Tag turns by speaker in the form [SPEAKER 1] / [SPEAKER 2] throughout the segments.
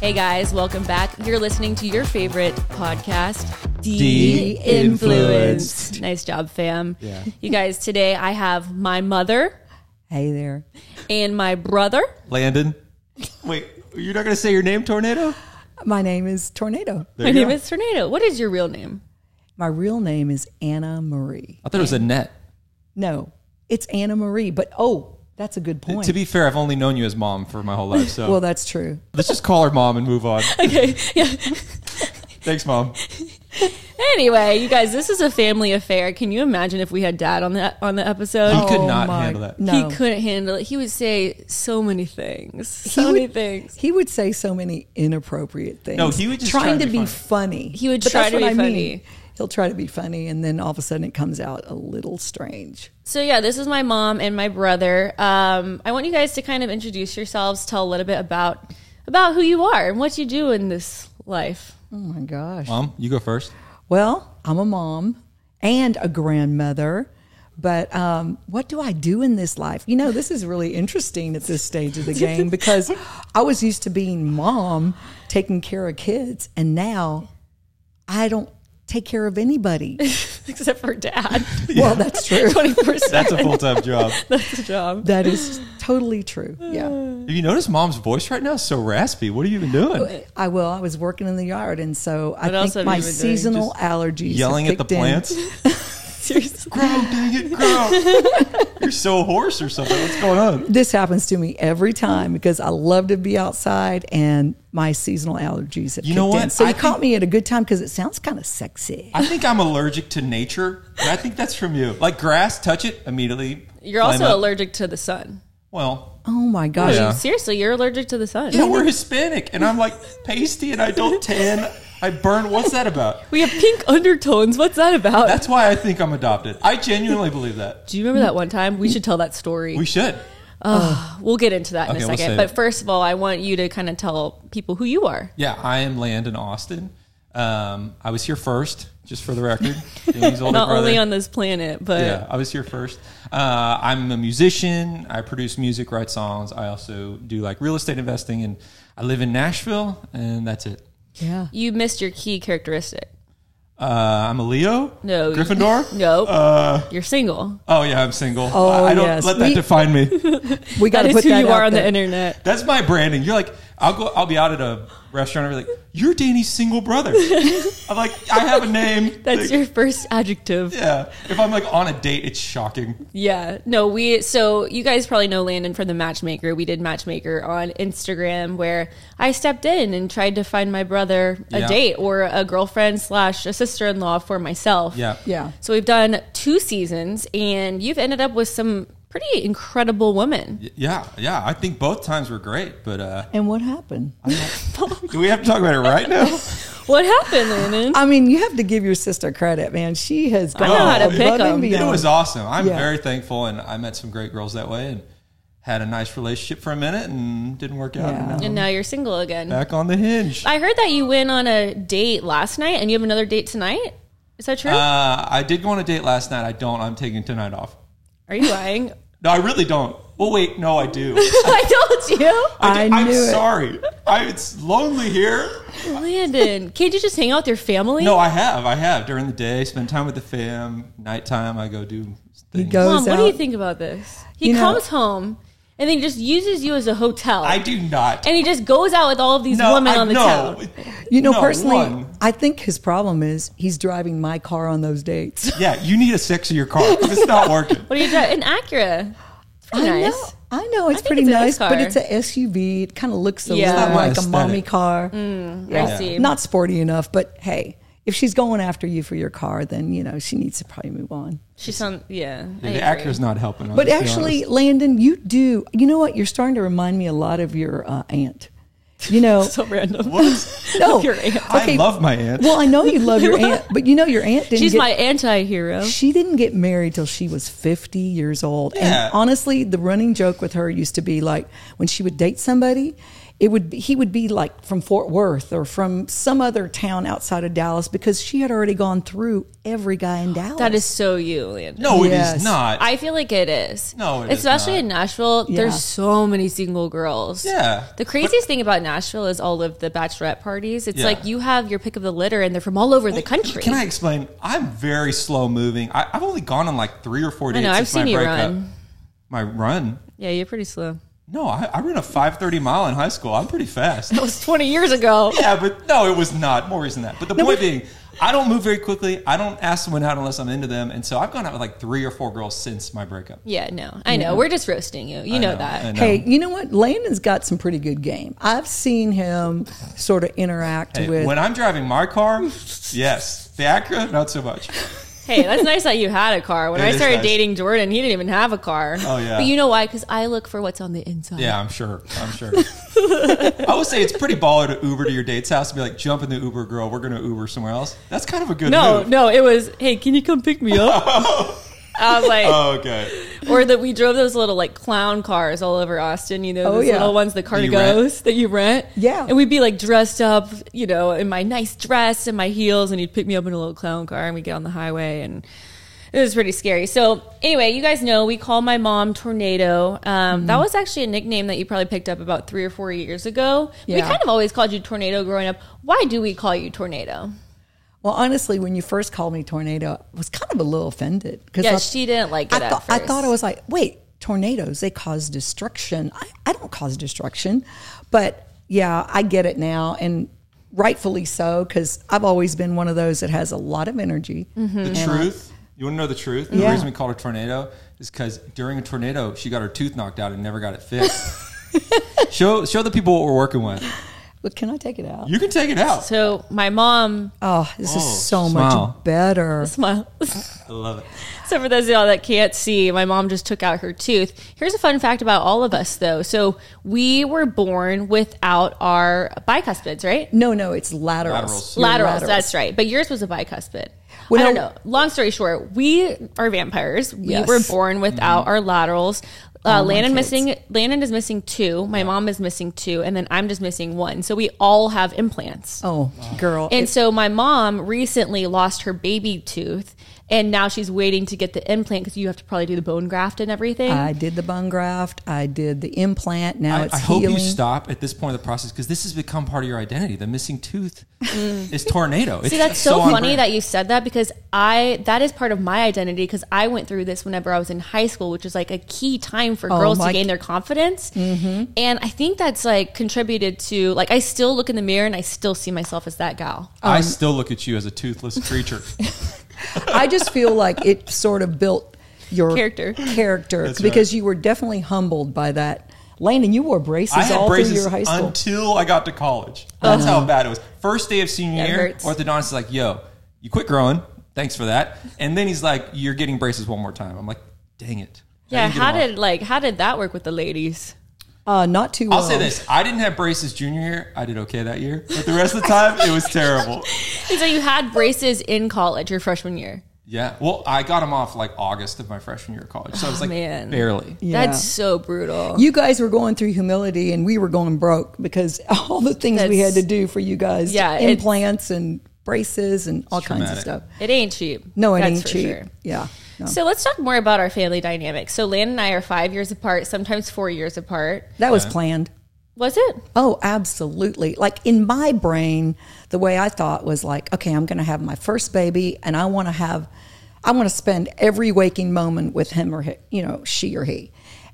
[SPEAKER 1] Hey guys, welcome back. You're listening to your favorite podcast,
[SPEAKER 2] De-Influenced.
[SPEAKER 1] De-Influenced. Nice job, fam.
[SPEAKER 2] Yeah.
[SPEAKER 1] You guys, today I have my mother
[SPEAKER 3] Hey there.
[SPEAKER 1] and my brother.
[SPEAKER 2] Landon. Wait, you're not going to say your name, Tornado?
[SPEAKER 3] My name is Tornado.
[SPEAKER 2] There
[SPEAKER 1] my
[SPEAKER 2] you
[SPEAKER 1] name
[SPEAKER 2] go.
[SPEAKER 1] is Tornado. What is your real name?
[SPEAKER 3] My real name is Anna Marie.
[SPEAKER 2] I thought it was Annette.
[SPEAKER 3] No, it's Anna Marie, but oh, that's a good point.
[SPEAKER 2] To be fair, I've only known you as mom for my whole life, so
[SPEAKER 3] well, that's true.
[SPEAKER 2] let's just call her mom and move on.
[SPEAKER 1] Okay. Yeah.
[SPEAKER 2] Thanks, mom.
[SPEAKER 1] Anyway, you guys, this is a family affair. Can you imagine if we had dad on that on the episode?
[SPEAKER 2] He could
[SPEAKER 3] Oh
[SPEAKER 2] not
[SPEAKER 3] my-
[SPEAKER 2] handle that.
[SPEAKER 3] No.
[SPEAKER 1] He couldn't handle it. He would say so many things. So
[SPEAKER 3] He would-
[SPEAKER 1] many things.
[SPEAKER 3] He would say so many inappropriate things.
[SPEAKER 2] No, he would just
[SPEAKER 3] trying
[SPEAKER 2] try
[SPEAKER 3] to be funny.
[SPEAKER 1] He would
[SPEAKER 3] But
[SPEAKER 1] try
[SPEAKER 3] that's
[SPEAKER 1] to
[SPEAKER 3] what
[SPEAKER 1] be
[SPEAKER 3] I mean.
[SPEAKER 1] funny.
[SPEAKER 3] He'll try to be funny, and then all of a sudden it comes out a little strange.
[SPEAKER 1] So yeah, this is my mom and my brother. Um, I want you guys to kind of introduce yourselves, tell a little bit about about who you are and what you do in this life.
[SPEAKER 3] Oh my gosh.
[SPEAKER 2] Mom, you go first.
[SPEAKER 3] Well, I'm a mom and a grandmother, but um, what do I do in this life? You know, this is really interesting at this stage of the game because I was used to being mom, taking care of kids, and now I don't take care of anybody.
[SPEAKER 1] Except for dad.
[SPEAKER 3] Well, that's true.
[SPEAKER 1] Twenty percent
[SPEAKER 2] That's a full time job.
[SPEAKER 1] job.
[SPEAKER 3] That is totally true. Yeah.
[SPEAKER 2] Have you noticed mom's voice right now? is So raspy. What are you even doing?
[SPEAKER 3] I will. I was working in the yard, and so I
[SPEAKER 1] What else have
[SPEAKER 3] think
[SPEAKER 1] you
[SPEAKER 3] my
[SPEAKER 1] been doing?
[SPEAKER 3] seasonal allergies have
[SPEAKER 2] Yelling at the
[SPEAKER 3] kicked in.
[SPEAKER 2] plants?
[SPEAKER 1] Seriously.
[SPEAKER 2] Grow, dang it, grow. You're so hoarse or something. What's going on?
[SPEAKER 3] this happens to me every time because I love to be outside and my seasonal allergies have
[SPEAKER 2] You know
[SPEAKER 3] kicked in.
[SPEAKER 2] what?
[SPEAKER 3] So
[SPEAKER 2] I
[SPEAKER 3] you caught
[SPEAKER 2] think-
[SPEAKER 3] me at a good time because it sounds kind of sexy.
[SPEAKER 2] I think I'm allergic to nature, and I think that's from you. Like grass, touch it immediately.
[SPEAKER 1] You're
[SPEAKER 2] flame
[SPEAKER 1] also
[SPEAKER 2] up.
[SPEAKER 1] allergic to the sun.
[SPEAKER 2] Well,
[SPEAKER 3] Oh my gosh.
[SPEAKER 2] Yeah.
[SPEAKER 1] Seriously, you're allergic to the sun.
[SPEAKER 2] Yeah, we're Hispanic, and I'm like pasty, and I don't tan. I burn. What's that about?
[SPEAKER 1] We have pink undertones. What's that about?
[SPEAKER 2] That's why I think I'm adopted. I genuinely believe that.
[SPEAKER 1] do you remember that one time? We should tell that story.
[SPEAKER 2] We should.
[SPEAKER 1] We'll get into that in
[SPEAKER 2] Okay,
[SPEAKER 1] a
[SPEAKER 2] we'll
[SPEAKER 1] 2nd
[SPEAKER 2] save
[SPEAKER 1] but
[SPEAKER 2] it.
[SPEAKER 1] first of all, I want you to kind of tell people who you are.
[SPEAKER 2] Yeah, I am Landon Austin. Um, I was here first, just for the record. Danny's older
[SPEAKER 1] Not only
[SPEAKER 2] brother.
[SPEAKER 1] on this planet, but
[SPEAKER 2] yeah, I was here first. Uh, I'm a musician. I produce music, write songs. I also do like real estate investing, and I live in Nashville, and that's it.
[SPEAKER 3] Yeah.
[SPEAKER 1] you missed your key characteristic.
[SPEAKER 2] Uh, I'm a Leo.
[SPEAKER 1] No.
[SPEAKER 2] Gryffindor.
[SPEAKER 1] No,
[SPEAKER 2] Uh,
[SPEAKER 1] you're single.
[SPEAKER 2] oh yeah, I'm single. Oh, I don't
[SPEAKER 3] yes.
[SPEAKER 2] let that
[SPEAKER 3] We-
[SPEAKER 2] define me.
[SPEAKER 3] We
[SPEAKER 1] That
[SPEAKER 3] got to
[SPEAKER 1] is
[SPEAKER 3] put
[SPEAKER 1] who
[SPEAKER 3] that
[SPEAKER 1] you
[SPEAKER 3] out
[SPEAKER 1] are on
[SPEAKER 3] there.
[SPEAKER 1] the internet.
[SPEAKER 2] That's my branding. You're like, I'll go. I'll be out at a restaurant. and be like, you're Danny's single brother. I'm like, I have a name.
[SPEAKER 1] That's
[SPEAKER 2] Like,
[SPEAKER 1] your first adjective.
[SPEAKER 2] yeah. If I'm like on a date, it's shocking.
[SPEAKER 1] Yeah. No, we, so you guys probably know Landon from The Matchmaker. We did Matchmaker on Instagram where I stepped in and tried to find my brother a
[SPEAKER 2] Yeah.
[SPEAKER 1] date or a girlfriend slash a sister in law for myself.
[SPEAKER 2] Yeah.
[SPEAKER 3] Yeah.
[SPEAKER 1] So we've done two seasons and you've ended up with some pretty incredible women.
[SPEAKER 2] Yeah. Yeah. I think both times were great, but uh,
[SPEAKER 3] And what happened?
[SPEAKER 2] do we have to talk about it right now?
[SPEAKER 1] What happened, Landon?
[SPEAKER 3] I mean, you have to give your sister credit, man. She has gone
[SPEAKER 1] know how to
[SPEAKER 3] above
[SPEAKER 1] pick
[SPEAKER 3] and
[SPEAKER 1] 'em.
[SPEAKER 3] beyond.
[SPEAKER 2] It was awesome. I'm
[SPEAKER 3] Yeah.
[SPEAKER 2] very thankful, and I met some great girls that way, and had a nice relationship for a minute, and didn't work out.
[SPEAKER 3] Yeah.
[SPEAKER 2] And now
[SPEAKER 1] and now you're single again.
[SPEAKER 2] back on the hinge.
[SPEAKER 1] I heard that you went on a date last night and you have another date tonight. Is that true?
[SPEAKER 2] Uh, I did go on a date last night. I don't. I'm taking tonight off.
[SPEAKER 1] Are you lying?
[SPEAKER 2] No, I really don't. Well, wait. No, I do.
[SPEAKER 1] I told you.
[SPEAKER 2] I
[SPEAKER 3] I
[SPEAKER 2] am
[SPEAKER 3] knew it.
[SPEAKER 2] sorry. I, it's lonely here.
[SPEAKER 1] Landon, can't you just hang out with your family?
[SPEAKER 2] No, I have. I have. During the day, spend time with the fam. Nighttime, I go do
[SPEAKER 3] He
[SPEAKER 2] things.
[SPEAKER 3] goes
[SPEAKER 1] Mom, what do
[SPEAKER 3] out-
[SPEAKER 1] you think about this? He
[SPEAKER 3] You know-
[SPEAKER 1] comes home and then he just uses you as a hotel.
[SPEAKER 2] I do not.
[SPEAKER 1] and he just goes out with all of these
[SPEAKER 2] no,
[SPEAKER 1] women
[SPEAKER 2] I-
[SPEAKER 1] on the
[SPEAKER 2] no.
[SPEAKER 1] town.
[SPEAKER 3] You know,
[SPEAKER 2] No,
[SPEAKER 3] personally,
[SPEAKER 2] one.
[SPEAKER 3] I think his problem is he's driving my car on those dates.
[SPEAKER 2] Yeah, you need a sexier car. 'cause It's not working.
[SPEAKER 1] What do you drive? An Acura. It's pretty
[SPEAKER 3] I
[SPEAKER 1] nice.
[SPEAKER 3] know. I know it's
[SPEAKER 1] think
[SPEAKER 3] pretty
[SPEAKER 1] it's a nice
[SPEAKER 3] nice, but
[SPEAKER 1] car.
[SPEAKER 3] it's an SUV. It kind of looks a
[SPEAKER 1] Yeah. It's
[SPEAKER 3] little
[SPEAKER 1] not
[SPEAKER 2] my
[SPEAKER 3] like a mommy
[SPEAKER 2] aesthetic.
[SPEAKER 3] car.
[SPEAKER 1] I see.
[SPEAKER 3] Not sporty enough, but hey, if she's going after you for your car, then you know she needs to probably move on.
[SPEAKER 1] She's on. Yeah. I
[SPEAKER 2] Yeah,
[SPEAKER 1] agree.
[SPEAKER 2] the actor's not helping. I'll
[SPEAKER 3] But
[SPEAKER 2] just be
[SPEAKER 3] actually,
[SPEAKER 2] honest.
[SPEAKER 3] Landon, you do. You know what? You're starting to remind me a lot of your uh, aunt. You know,
[SPEAKER 1] so random.
[SPEAKER 3] no,
[SPEAKER 1] of your aunt.
[SPEAKER 2] I love my aunt.
[SPEAKER 3] Well, I know you love your aunt, but you know your aunt didn't.
[SPEAKER 1] She's
[SPEAKER 3] get,
[SPEAKER 1] my anti-hero.
[SPEAKER 3] She didn't get married till she was 50 years old.
[SPEAKER 2] Yeah.
[SPEAKER 3] And honestly, the running joke with her used to be like when she would date somebody, it would be, he would be like from Fort Worth or from some other town outside of Dallas because she had already gone through every guy in Dallas.
[SPEAKER 1] That is so you, Landon.
[SPEAKER 2] No, it
[SPEAKER 3] Yes.
[SPEAKER 2] is not.
[SPEAKER 1] I feel like it is.
[SPEAKER 2] No, it is
[SPEAKER 1] especially
[SPEAKER 2] not.
[SPEAKER 1] in Nashville,
[SPEAKER 3] Yeah.
[SPEAKER 1] there's so many single girls.
[SPEAKER 2] Yeah.
[SPEAKER 1] The craziest thing about Nashville is all of the bachelorette parties. It's
[SPEAKER 2] Yeah.
[SPEAKER 1] like you have your pick of the litter, and they're from all over the
[SPEAKER 2] Well,
[SPEAKER 1] country.
[SPEAKER 2] Can I explain? I'm very slow moving. I, I've only gone on like three or four
[SPEAKER 1] I
[SPEAKER 2] dates.
[SPEAKER 1] know. I've
[SPEAKER 2] since my
[SPEAKER 1] seen you
[SPEAKER 2] breakup.
[SPEAKER 1] run.
[SPEAKER 2] My run?
[SPEAKER 1] Yeah, you're pretty slow.
[SPEAKER 2] No, I, I ran a 5:30 mile in high school. I'm pretty fast.
[SPEAKER 1] That was 20 years ago.
[SPEAKER 2] yeah, but no, it was not more reason than that. But the point being, I don't move very quickly. I don't ask someone out unless I'm into them, and so I've gone out with like three or four girls since my breakup. um,
[SPEAKER 1] Yeah, no, I know. We're just roasting you. You
[SPEAKER 2] I
[SPEAKER 1] know, that.
[SPEAKER 2] I know.
[SPEAKER 3] Hey, you know what? Landon's got some pretty good game. I've seen him sort of interact
[SPEAKER 2] Hey,
[SPEAKER 3] with.
[SPEAKER 2] when I'm driving my car, yes, the Acura, not so much.
[SPEAKER 1] Hey, that's nice that you had a car. When
[SPEAKER 2] It
[SPEAKER 1] I
[SPEAKER 2] is
[SPEAKER 1] started
[SPEAKER 2] nice.
[SPEAKER 1] dating Jordan, he didn't even have a car.
[SPEAKER 2] Oh, yeah.
[SPEAKER 1] But you know why? Because I look for what's on the inside.
[SPEAKER 2] Yeah, I'm sure. I'm sure. I would say it's pretty baller to Uber to your date's house and be like, jump in the Uber, girl. We're going to Uber somewhere else. That's kind of a good
[SPEAKER 1] No,
[SPEAKER 2] move.
[SPEAKER 1] no, it was, hey, can you come pick me up? I was like,
[SPEAKER 2] Oh, okay.
[SPEAKER 1] or that we drove those little like clown cars all over Austin, you know,
[SPEAKER 3] Oh,
[SPEAKER 1] those
[SPEAKER 3] yeah.
[SPEAKER 1] little ones, the
[SPEAKER 2] you
[SPEAKER 1] Carnegos that you rent.
[SPEAKER 3] Yeah.
[SPEAKER 1] And we'd be like dressed up, you know, in my nice dress and my heels, and he'd pick me up in a little clown car and we get on the highway and it was pretty scary. So anyway, you guys know we call my mom Tornado. Um, That
[SPEAKER 3] Mm-hmm.
[SPEAKER 1] was actually a nickname that you probably picked up about three or four years ago. We
[SPEAKER 3] Yeah.
[SPEAKER 1] kind of always called you Tornado growing up. Why do we call you Tornado?
[SPEAKER 3] well, honestly, when you first called me Tornado, I was kind of a little offended because
[SPEAKER 1] Yeah,
[SPEAKER 3] I,
[SPEAKER 1] she didn't like
[SPEAKER 3] I
[SPEAKER 1] it. at
[SPEAKER 3] thought I
[SPEAKER 1] first.
[SPEAKER 3] thought I was like, wait, tornadoes they cause destruction. I, I don't cause destruction, but yeah, I get it now, and rightfully so because I've always been one of those that has a lot of energy.
[SPEAKER 1] Mm-hmm.
[SPEAKER 2] The truth, you want to know the truth? The
[SPEAKER 3] Yeah.
[SPEAKER 2] reason we called her Tornado is because during a tornado, she got her tooth knocked out and never got it fixed. show, show the people what we're working with.
[SPEAKER 3] But can I take it out?
[SPEAKER 2] You can take it out.
[SPEAKER 1] So my mom
[SPEAKER 3] Oh, this
[SPEAKER 2] Oh,
[SPEAKER 3] is so
[SPEAKER 2] smile.
[SPEAKER 3] much better.
[SPEAKER 1] smile.
[SPEAKER 2] I love it.
[SPEAKER 1] So for those of y'all that can't see, my mom just took out her tooth. Here's a fun fact about all of us, though. So we were born without our bicuspids, right?
[SPEAKER 3] No, no, it's laterals.
[SPEAKER 2] Laterals.
[SPEAKER 3] Your
[SPEAKER 1] Laterals, that's right. But yours was a bicuspid.
[SPEAKER 3] When
[SPEAKER 1] I don't
[SPEAKER 3] I-
[SPEAKER 1] know. Long story short, we are vampires. We
[SPEAKER 3] Yes. Mm-hmm.
[SPEAKER 1] were born without our laterals. Uh,
[SPEAKER 3] All my
[SPEAKER 1] Landon
[SPEAKER 3] kids.
[SPEAKER 1] missing. Landon is missing two. My mom is missing two, and then I'm just missing one. So we all have implants.
[SPEAKER 3] Oh, girl.
[SPEAKER 1] And so my mom recently lost her baby tooth, and now she's waiting to get the implant because you have to probably do the bone graft and everything.
[SPEAKER 3] I did the bone graft. I did the implant. Now
[SPEAKER 2] I,
[SPEAKER 3] it's
[SPEAKER 2] I hope
[SPEAKER 3] healing.
[SPEAKER 2] you stop at this point of the process because this has become part of your identity. The missing tooth is tornado. It's
[SPEAKER 1] Mm. See, that's so,
[SPEAKER 2] on
[SPEAKER 1] funny
[SPEAKER 2] brand.
[SPEAKER 1] that you said that because I that is part of my identity because I went through this whenever I was in high school, which is like a key time for
[SPEAKER 3] Oh,
[SPEAKER 1] girls to
[SPEAKER 3] my- Mm-hmm.
[SPEAKER 1] gain their confidence. And I think that's like contributed to like I still look in the mirror and I still see myself as that gal.
[SPEAKER 2] I still look at you as a toothless creature.
[SPEAKER 3] I just feel like it sort of built your
[SPEAKER 1] Character.
[SPEAKER 3] character
[SPEAKER 2] That's
[SPEAKER 3] because you were definitely humbled by that. Landon, you wore braces
[SPEAKER 2] I had
[SPEAKER 3] all
[SPEAKER 2] braces
[SPEAKER 3] through your high school. Uh-huh.
[SPEAKER 2] until I got to college. That's how bad it was. First day of senior
[SPEAKER 1] Yeah, it
[SPEAKER 2] year,
[SPEAKER 1] hurts.
[SPEAKER 2] orthodontist is like, "Yo, you quit growing. Thanks for that." And then he's like, "You're getting braces one more time." I'm like, "Dang it." I
[SPEAKER 1] Yeah,
[SPEAKER 2] didn't get
[SPEAKER 1] how
[SPEAKER 2] them all.
[SPEAKER 1] did like how did that work with the ladies?
[SPEAKER 3] uh, not too well.
[SPEAKER 2] I'll say this: I didn't have braces junior year. I did okay that year, but the rest of the time it was terrible.
[SPEAKER 1] So you had braces in college your freshman year.
[SPEAKER 2] Yeah. Well, I got them off like August of my freshman year of college, so I was like,
[SPEAKER 1] man.
[SPEAKER 2] barely.
[SPEAKER 3] Oh, Yeah.
[SPEAKER 1] That's so brutal.
[SPEAKER 3] You guys were going through humility and we were going broke because all the things we
[SPEAKER 1] That's-
[SPEAKER 3] had to do for you guys
[SPEAKER 1] Yeah, it's-
[SPEAKER 3] implants and braces and all kinds
[SPEAKER 2] traumatic.
[SPEAKER 3] of stuff.
[SPEAKER 1] It ain't cheap.
[SPEAKER 3] No, it
[SPEAKER 1] That's
[SPEAKER 3] ain't
[SPEAKER 1] for
[SPEAKER 3] cheap.
[SPEAKER 1] sure.
[SPEAKER 3] Yeah. no.
[SPEAKER 1] So let's talk more about our family dynamics. So Lan and I are five years apart, sometimes four years apart.
[SPEAKER 3] that was planned.
[SPEAKER 1] Was it?
[SPEAKER 3] Oh, absolutely. Like in my brain, the way I thought was like, okay, I'm going to have my first baby and I want to have, I want to spend every waking moment with him or, he, you know, she or he.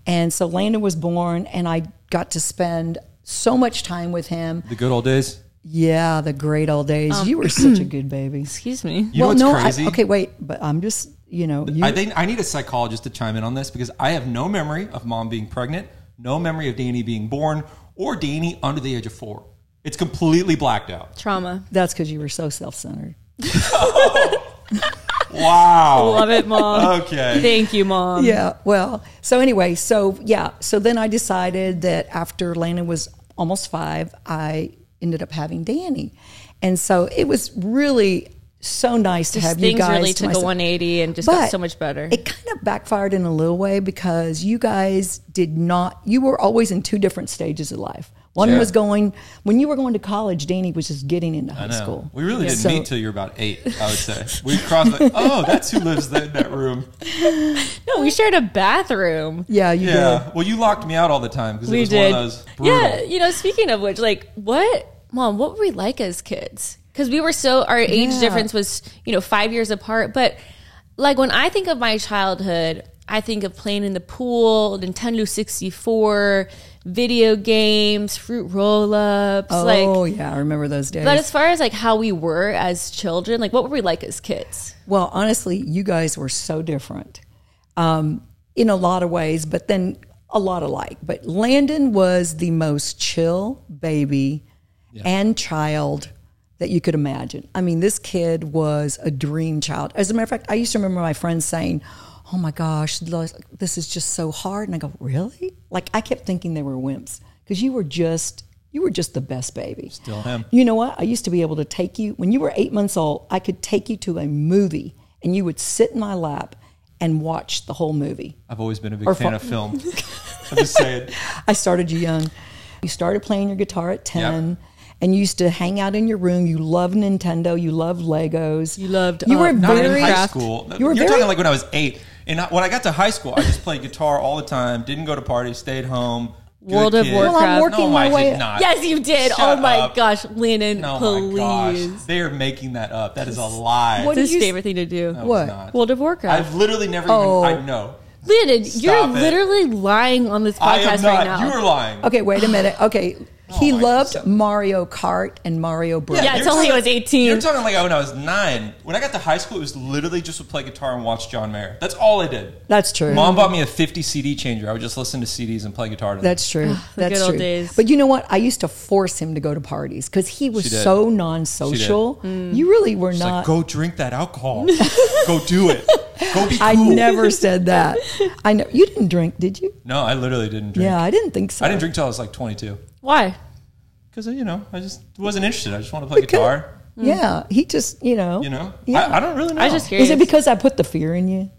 [SPEAKER 3] And so Landon was born and I got to spend so much time with him.
[SPEAKER 2] The good old days.
[SPEAKER 3] Yeah, the great old days. you were such a good baby.
[SPEAKER 1] Excuse me.
[SPEAKER 2] You know what's
[SPEAKER 3] I-
[SPEAKER 2] crazy?
[SPEAKER 3] okay, wait, but I'm just, you know, you,
[SPEAKER 2] I think I need a psychologist to chime in on this because I have no memory of mom being pregnant, no memory of Danny being born, or Danny under the age of four. It's completely blacked out.
[SPEAKER 1] Trauma.
[SPEAKER 3] that's because you were so self centered.
[SPEAKER 2] Wow.
[SPEAKER 1] Love it, mom.
[SPEAKER 2] Okay.
[SPEAKER 1] Thank you, mom.
[SPEAKER 3] Yeah. Well, so anyway, so yeah. So then I decided that after Landon was almost five, I ended up having Danny. And so it was really so nice to
[SPEAKER 1] Just
[SPEAKER 3] have you
[SPEAKER 1] things
[SPEAKER 3] guys.
[SPEAKER 1] really
[SPEAKER 3] to
[SPEAKER 1] took a
[SPEAKER 3] myself.
[SPEAKER 1] 180 and just got so much better.
[SPEAKER 3] It kind of backfired in a little way because you guys did not, you were always in two different stages of life. One
[SPEAKER 2] Yeah.
[SPEAKER 3] was going, when you were going to college, Danny was just getting into high
[SPEAKER 2] I know.
[SPEAKER 3] school.
[SPEAKER 2] We really didn't
[SPEAKER 3] So-
[SPEAKER 2] meet till you're about eight, I would say. We crossed like, oh, that's who lives in that room.
[SPEAKER 1] no, we shared a bathroom.
[SPEAKER 3] Yeah, you
[SPEAKER 2] Yeah. Well, you locked me out all the time because it
[SPEAKER 1] we
[SPEAKER 2] was
[SPEAKER 1] did.
[SPEAKER 2] one of those brutal.
[SPEAKER 1] Yeah, you know. Speaking of which, like, what mom? What were we like as kids? Because we were so our age
[SPEAKER 3] Yeah.
[SPEAKER 1] difference was you know five years apart. But like when I think of my childhood, I think of playing in the pool, Nintendo sixty four, video games, fruit roll ups,
[SPEAKER 3] did.
[SPEAKER 1] like.
[SPEAKER 3] oh, yeah, I remember those days.
[SPEAKER 1] But as far as like how we were as children, like what were we like as kids?
[SPEAKER 3] Well, honestly, you guys were so different um, in a lot of ways, but then a lot alike. But Landon was the most chill baby and child that you could imagine. I mean, this kid was a dream child. As a matter of fact, I used to remember my friends saying, Oh my gosh, this is just so hard. And I go, Really? Like, I kept thinking they were wimps because you were just. You were just the best baby.
[SPEAKER 2] Still him.
[SPEAKER 3] You know what? I used to be able to take you when you were eight months old. I could take you to a movie, and you would sit in my lap and watch the whole movie.
[SPEAKER 2] I've always been a big
[SPEAKER 3] Or
[SPEAKER 2] fan
[SPEAKER 3] fu-
[SPEAKER 2] of film. I'm just saying.
[SPEAKER 3] I started you young. You started playing your guitar at ten, and you used to hang out in your room. You loved Nintendo. You loved Legos.
[SPEAKER 1] You loved,
[SPEAKER 3] You were
[SPEAKER 1] um,
[SPEAKER 2] Not
[SPEAKER 3] very
[SPEAKER 2] in high
[SPEAKER 1] Minecraft.
[SPEAKER 2] school.
[SPEAKER 3] You
[SPEAKER 2] You
[SPEAKER 3] were
[SPEAKER 2] are
[SPEAKER 3] very-
[SPEAKER 2] talking like when I was eight. And I, when I got to high school, I just played guitar all the time. Didn't go to parties. Stayed home. good
[SPEAKER 1] World of
[SPEAKER 2] kid.
[SPEAKER 1] Warcraft.
[SPEAKER 3] Well, I'm working
[SPEAKER 2] No,
[SPEAKER 3] my
[SPEAKER 2] I
[SPEAKER 3] way
[SPEAKER 2] did not.
[SPEAKER 1] Yes, you did.
[SPEAKER 2] Shut
[SPEAKER 1] oh my
[SPEAKER 2] up.
[SPEAKER 1] gosh, Lennon,
[SPEAKER 2] No,
[SPEAKER 1] please.
[SPEAKER 2] my gosh. They are making that up. That is a lie.
[SPEAKER 3] What
[SPEAKER 1] It's
[SPEAKER 3] do
[SPEAKER 1] his
[SPEAKER 3] you-
[SPEAKER 1] favorite thing to do.
[SPEAKER 2] No, it's
[SPEAKER 3] what?
[SPEAKER 2] not.
[SPEAKER 1] World of Warcraft.
[SPEAKER 2] I've literally never
[SPEAKER 3] Oh.
[SPEAKER 2] even. I know.
[SPEAKER 1] Landon,
[SPEAKER 2] Stop
[SPEAKER 1] you're
[SPEAKER 2] it.
[SPEAKER 1] literally lying on this podcast
[SPEAKER 2] I am
[SPEAKER 1] right
[SPEAKER 2] not.
[SPEAKER 1] now.
[SPEAKER 2] you are lying.
[SPEAKER 3] Okay, wait a minute. Okay, he
[SPEAKER 2] Oh, I
[SPEAKER 3] loved
[SPEAKER 2] just-
[SPEAKER 3] Mario Kart and Mario Bros.
[SPEAKER 1] Yeah,
[SPEAKER 2] you're
[SPEAKER 1] until he
[SPEAKER 2] talking-
[SPEAKER 1] was 18.
[SPEAKER 2] You're talking like when I was nine. When I got to high school, it was literally just to play guitar and watch John Mayer. That's all I did.
[SPEAKER 3] That's true.
[SPEAKER 2] Mom bought me a 50 CD changer. I would just listen to CDs and play guitar. To them.
[SPEAKER 3] That's true.
[SPEAKER 1] Ah, the
[SPEAKER 3] That's
[SPEAKER 1] good old
[SPEAKER 3] true.
[SPEAKER 1] days.
[SPEAKER 3] But you know what? I used to force him to go to parties because he was
[SPEAKER 2] She did.
[SPEAKER 3] so non-social.
[SPEAKER 1] Mm.
[SPEAKER 3] You really were
[SPEAKER 2] It's
[SPEAKER 3] not.
[SPEAKER 2] like, go drink that alcohol. go do it. Go be cool.
[SPEAKER 3] I never said that. I know you didn't drink, did you?
[SPEAKER 2] No, I literally didn't drink.
[SPEAKER 3] Yeah, I didn't think so.
[SPEAKER 2] I didn't drink till I was like 22
[SPEAKER 1] Why?
[SPEAKER 2] because you know I just wasn't interested. I just want to play
[SPEAKER 3] Because-
[SPEAKER 2] guitar.
[SPEAKER 3] Yeah, he just you know.
[SPEAKER 2] You know,
[SPEAKER 3] Yeah.
[SPEAKER 2] I, I don't really know.
[SPEAKER 1] I was just
[SPEAKER 3] Is
[SPEAKER 1] curious.
[SPEAKER 3] it because I put the fear in you?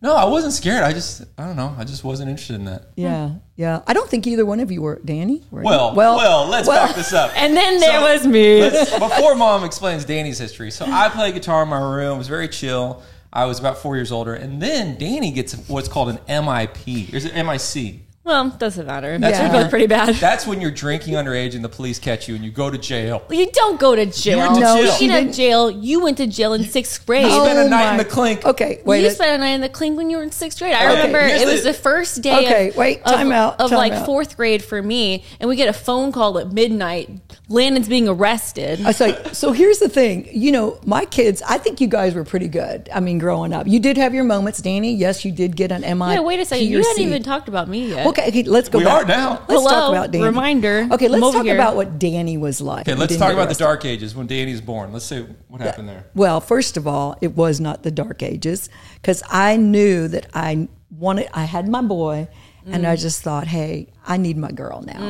[SPEAKER 2] No, I wasn't scared. I just I don't know. I just wasn't interested in that.
[SPEAKER 3] Yeah, yeah. I don't think either one of you were, Danny. were you?
[SPEAKER 2] Well, well, let's back this up.
[SPEAKER 1] and then there
[SPEAKER 2] So-
[SPEAKER 1] was me.
[SPEAKER 2] Let's- before mom explains Danny's history. So I play guitar in my room. It was very chill. I was about four years older, and then Danny gets what's called an MIP. Or is it MIC?
[SPEAKER 1] Well, doesn't matter.
[SPEAKER 3] That's
[SPEAKER 1] We're
[SPEAKER 3] when-
[SPEAKER 1] both pretty bad.
[SPEAKER 2] That's when you're drinking underage and the police catch you and you go to jail.
[SPEAKER 1] you don't go to jail.
[SPEAKER 2] went to No, jail. she
[SPEAKER 1] Speaking of
[SPEAKER 3] didn't-
[SPEAKER 1] jail, you went to jail in sixth grade.
[SPEAKER 2] You spent a night
[SPEAKER 3] oh my-
[SPEAKER 2] in the clink.
[SPEAKER 3] Okay, wait.
[SPEAKER 1] you
[SPEAKER 3] a-
[SPEAKER 1] spent a night in the clink when you were in sixth grade. I
[SPEAKER 2] Okay,
[SPEAKER 1] remember
[SPEAKER 2] here's
[SPEAKER 1] it was
[SPEAKER 2] the-
[SPEAKER 1] the first day.
[SPEAKER 3] Okay,
[SPEAKER 1] of,
[SPEAKER 3] wait,
[SPEAKER 1] of-
[SPEAKER 3] time out,
[SPEAKER 1] Of
[SPEAKER 3] time
[SPEAKER 1] like
[SPEAKER 3] out.
[SPEAKER 1] fourth grade for me, and we get a phone call at midnight. Landon's being arrested.
[SPEAKER 3] I was like, uh, so here's the thing. You know, my kids, I think you guys were pretty good. I mean, growing up, you did have your moments, Danny. Yes, you did get an MI.
[SPEAKER 1] Yeah, wait a second. You hadn't even talked about me yet.
[SPEAKER 3] E Okay, okay, let's go
[SPEAKER 2] We
[SPEAKER 3] back.
[SPEAKER 2] are now.
[SPEAKER 3] Let's talk
[SPEAKER 1] Hello,
[SPEAKER 3] about Danny.
[SPEAKER 1] reminder.
[SPEAKER 3] Okay,
[SPEAKER 1] I'm
[SPEAKER 3] let's
[SPEAKER 1] over
[SPEAKER 3] talk
[SPEAKER 1] here.
[SPEAKER 3] about what Danny was like.
[SPEAKER 2] Okay,
[SPEAKER 3] We
[SPEAKER 2] let's
[SPEAKER 3] didn't
[SPEAKER 2] talk
[SPEAKER 3] get
[SPEAKER 2] about the
[SPEAKER 3] arrested.
[SPEAKER 2] dark ages when Danny's born. Let's say what happened there.
[SPEAKER 3] Well, first of all, it was not the dark ages because I knew that I wanted, I had my boy, and
[SPEAKER 1] Mm.
[SPEAKER 3] I just thought, hey, I need my girl now.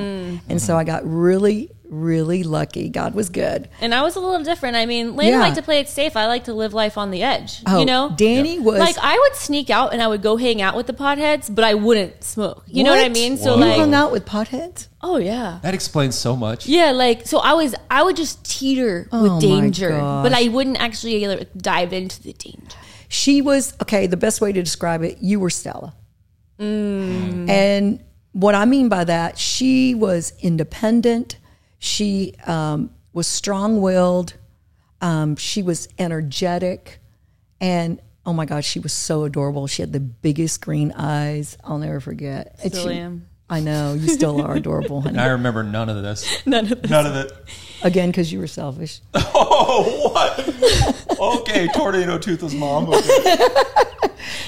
[SPEAKER 3] And so I got really, really lucky. God was good.
[SPEAKER 1] And I was a little different. I mean, Landon
[SPEAKER 3] Yeah.
[SPEAKER 1] liked to play it safe. I like to live life on the edge.
[SPEAKER 3] Oh,
[SPEAKER 1] you know,
[SPEAKER 3] Danny Yeah. was-
[SPEAKER 1] like I would sneak out and I would go hang out with the potheads, but I wouldn't smoke. You know what I mean? So
[SPEAKER 2] Whoa.
[SPEAKER 3] you
[SPEAKER 1] like,
[SPEAKER 3] hung out with potheads?
[SPEAKER 1] oh yeah,
[SPEAKER 2] That explains so much.
[SPEAKER 1] yeah. Like so, I was I would just teeter
[SPEAKER 3] Oh, my
[SPEAKER 1] with danger,
[SPEAKER 3] gosh.
[SPEAKER 1] but I wouldn't actually like, dive into the danger.
[SPEAKER 3] she was okay the best way to describe it you were stella
[SPEAKER 1] Mm.
[SPEAKER 3] and what i mean by that she was independent she um, was strong-willed um, she was energetic and oh my god she was so adorable she had the biggest green eyes i'll never forget And
[SPEAKER 1] Still
[SPEAKER 3] she-
[SPEAKER 1] am.
[SPEAKER 3] i know you still are adorable honey
[SPEAKER 2] And I remember none of this.
[SPEAKER 1] None of this.
[SPEAKER 2] None of it.
[SPEAKER 3] again because you were selfish
[SPEAKER 2] Oh, what? Okay, tornado toothless mom. Okay.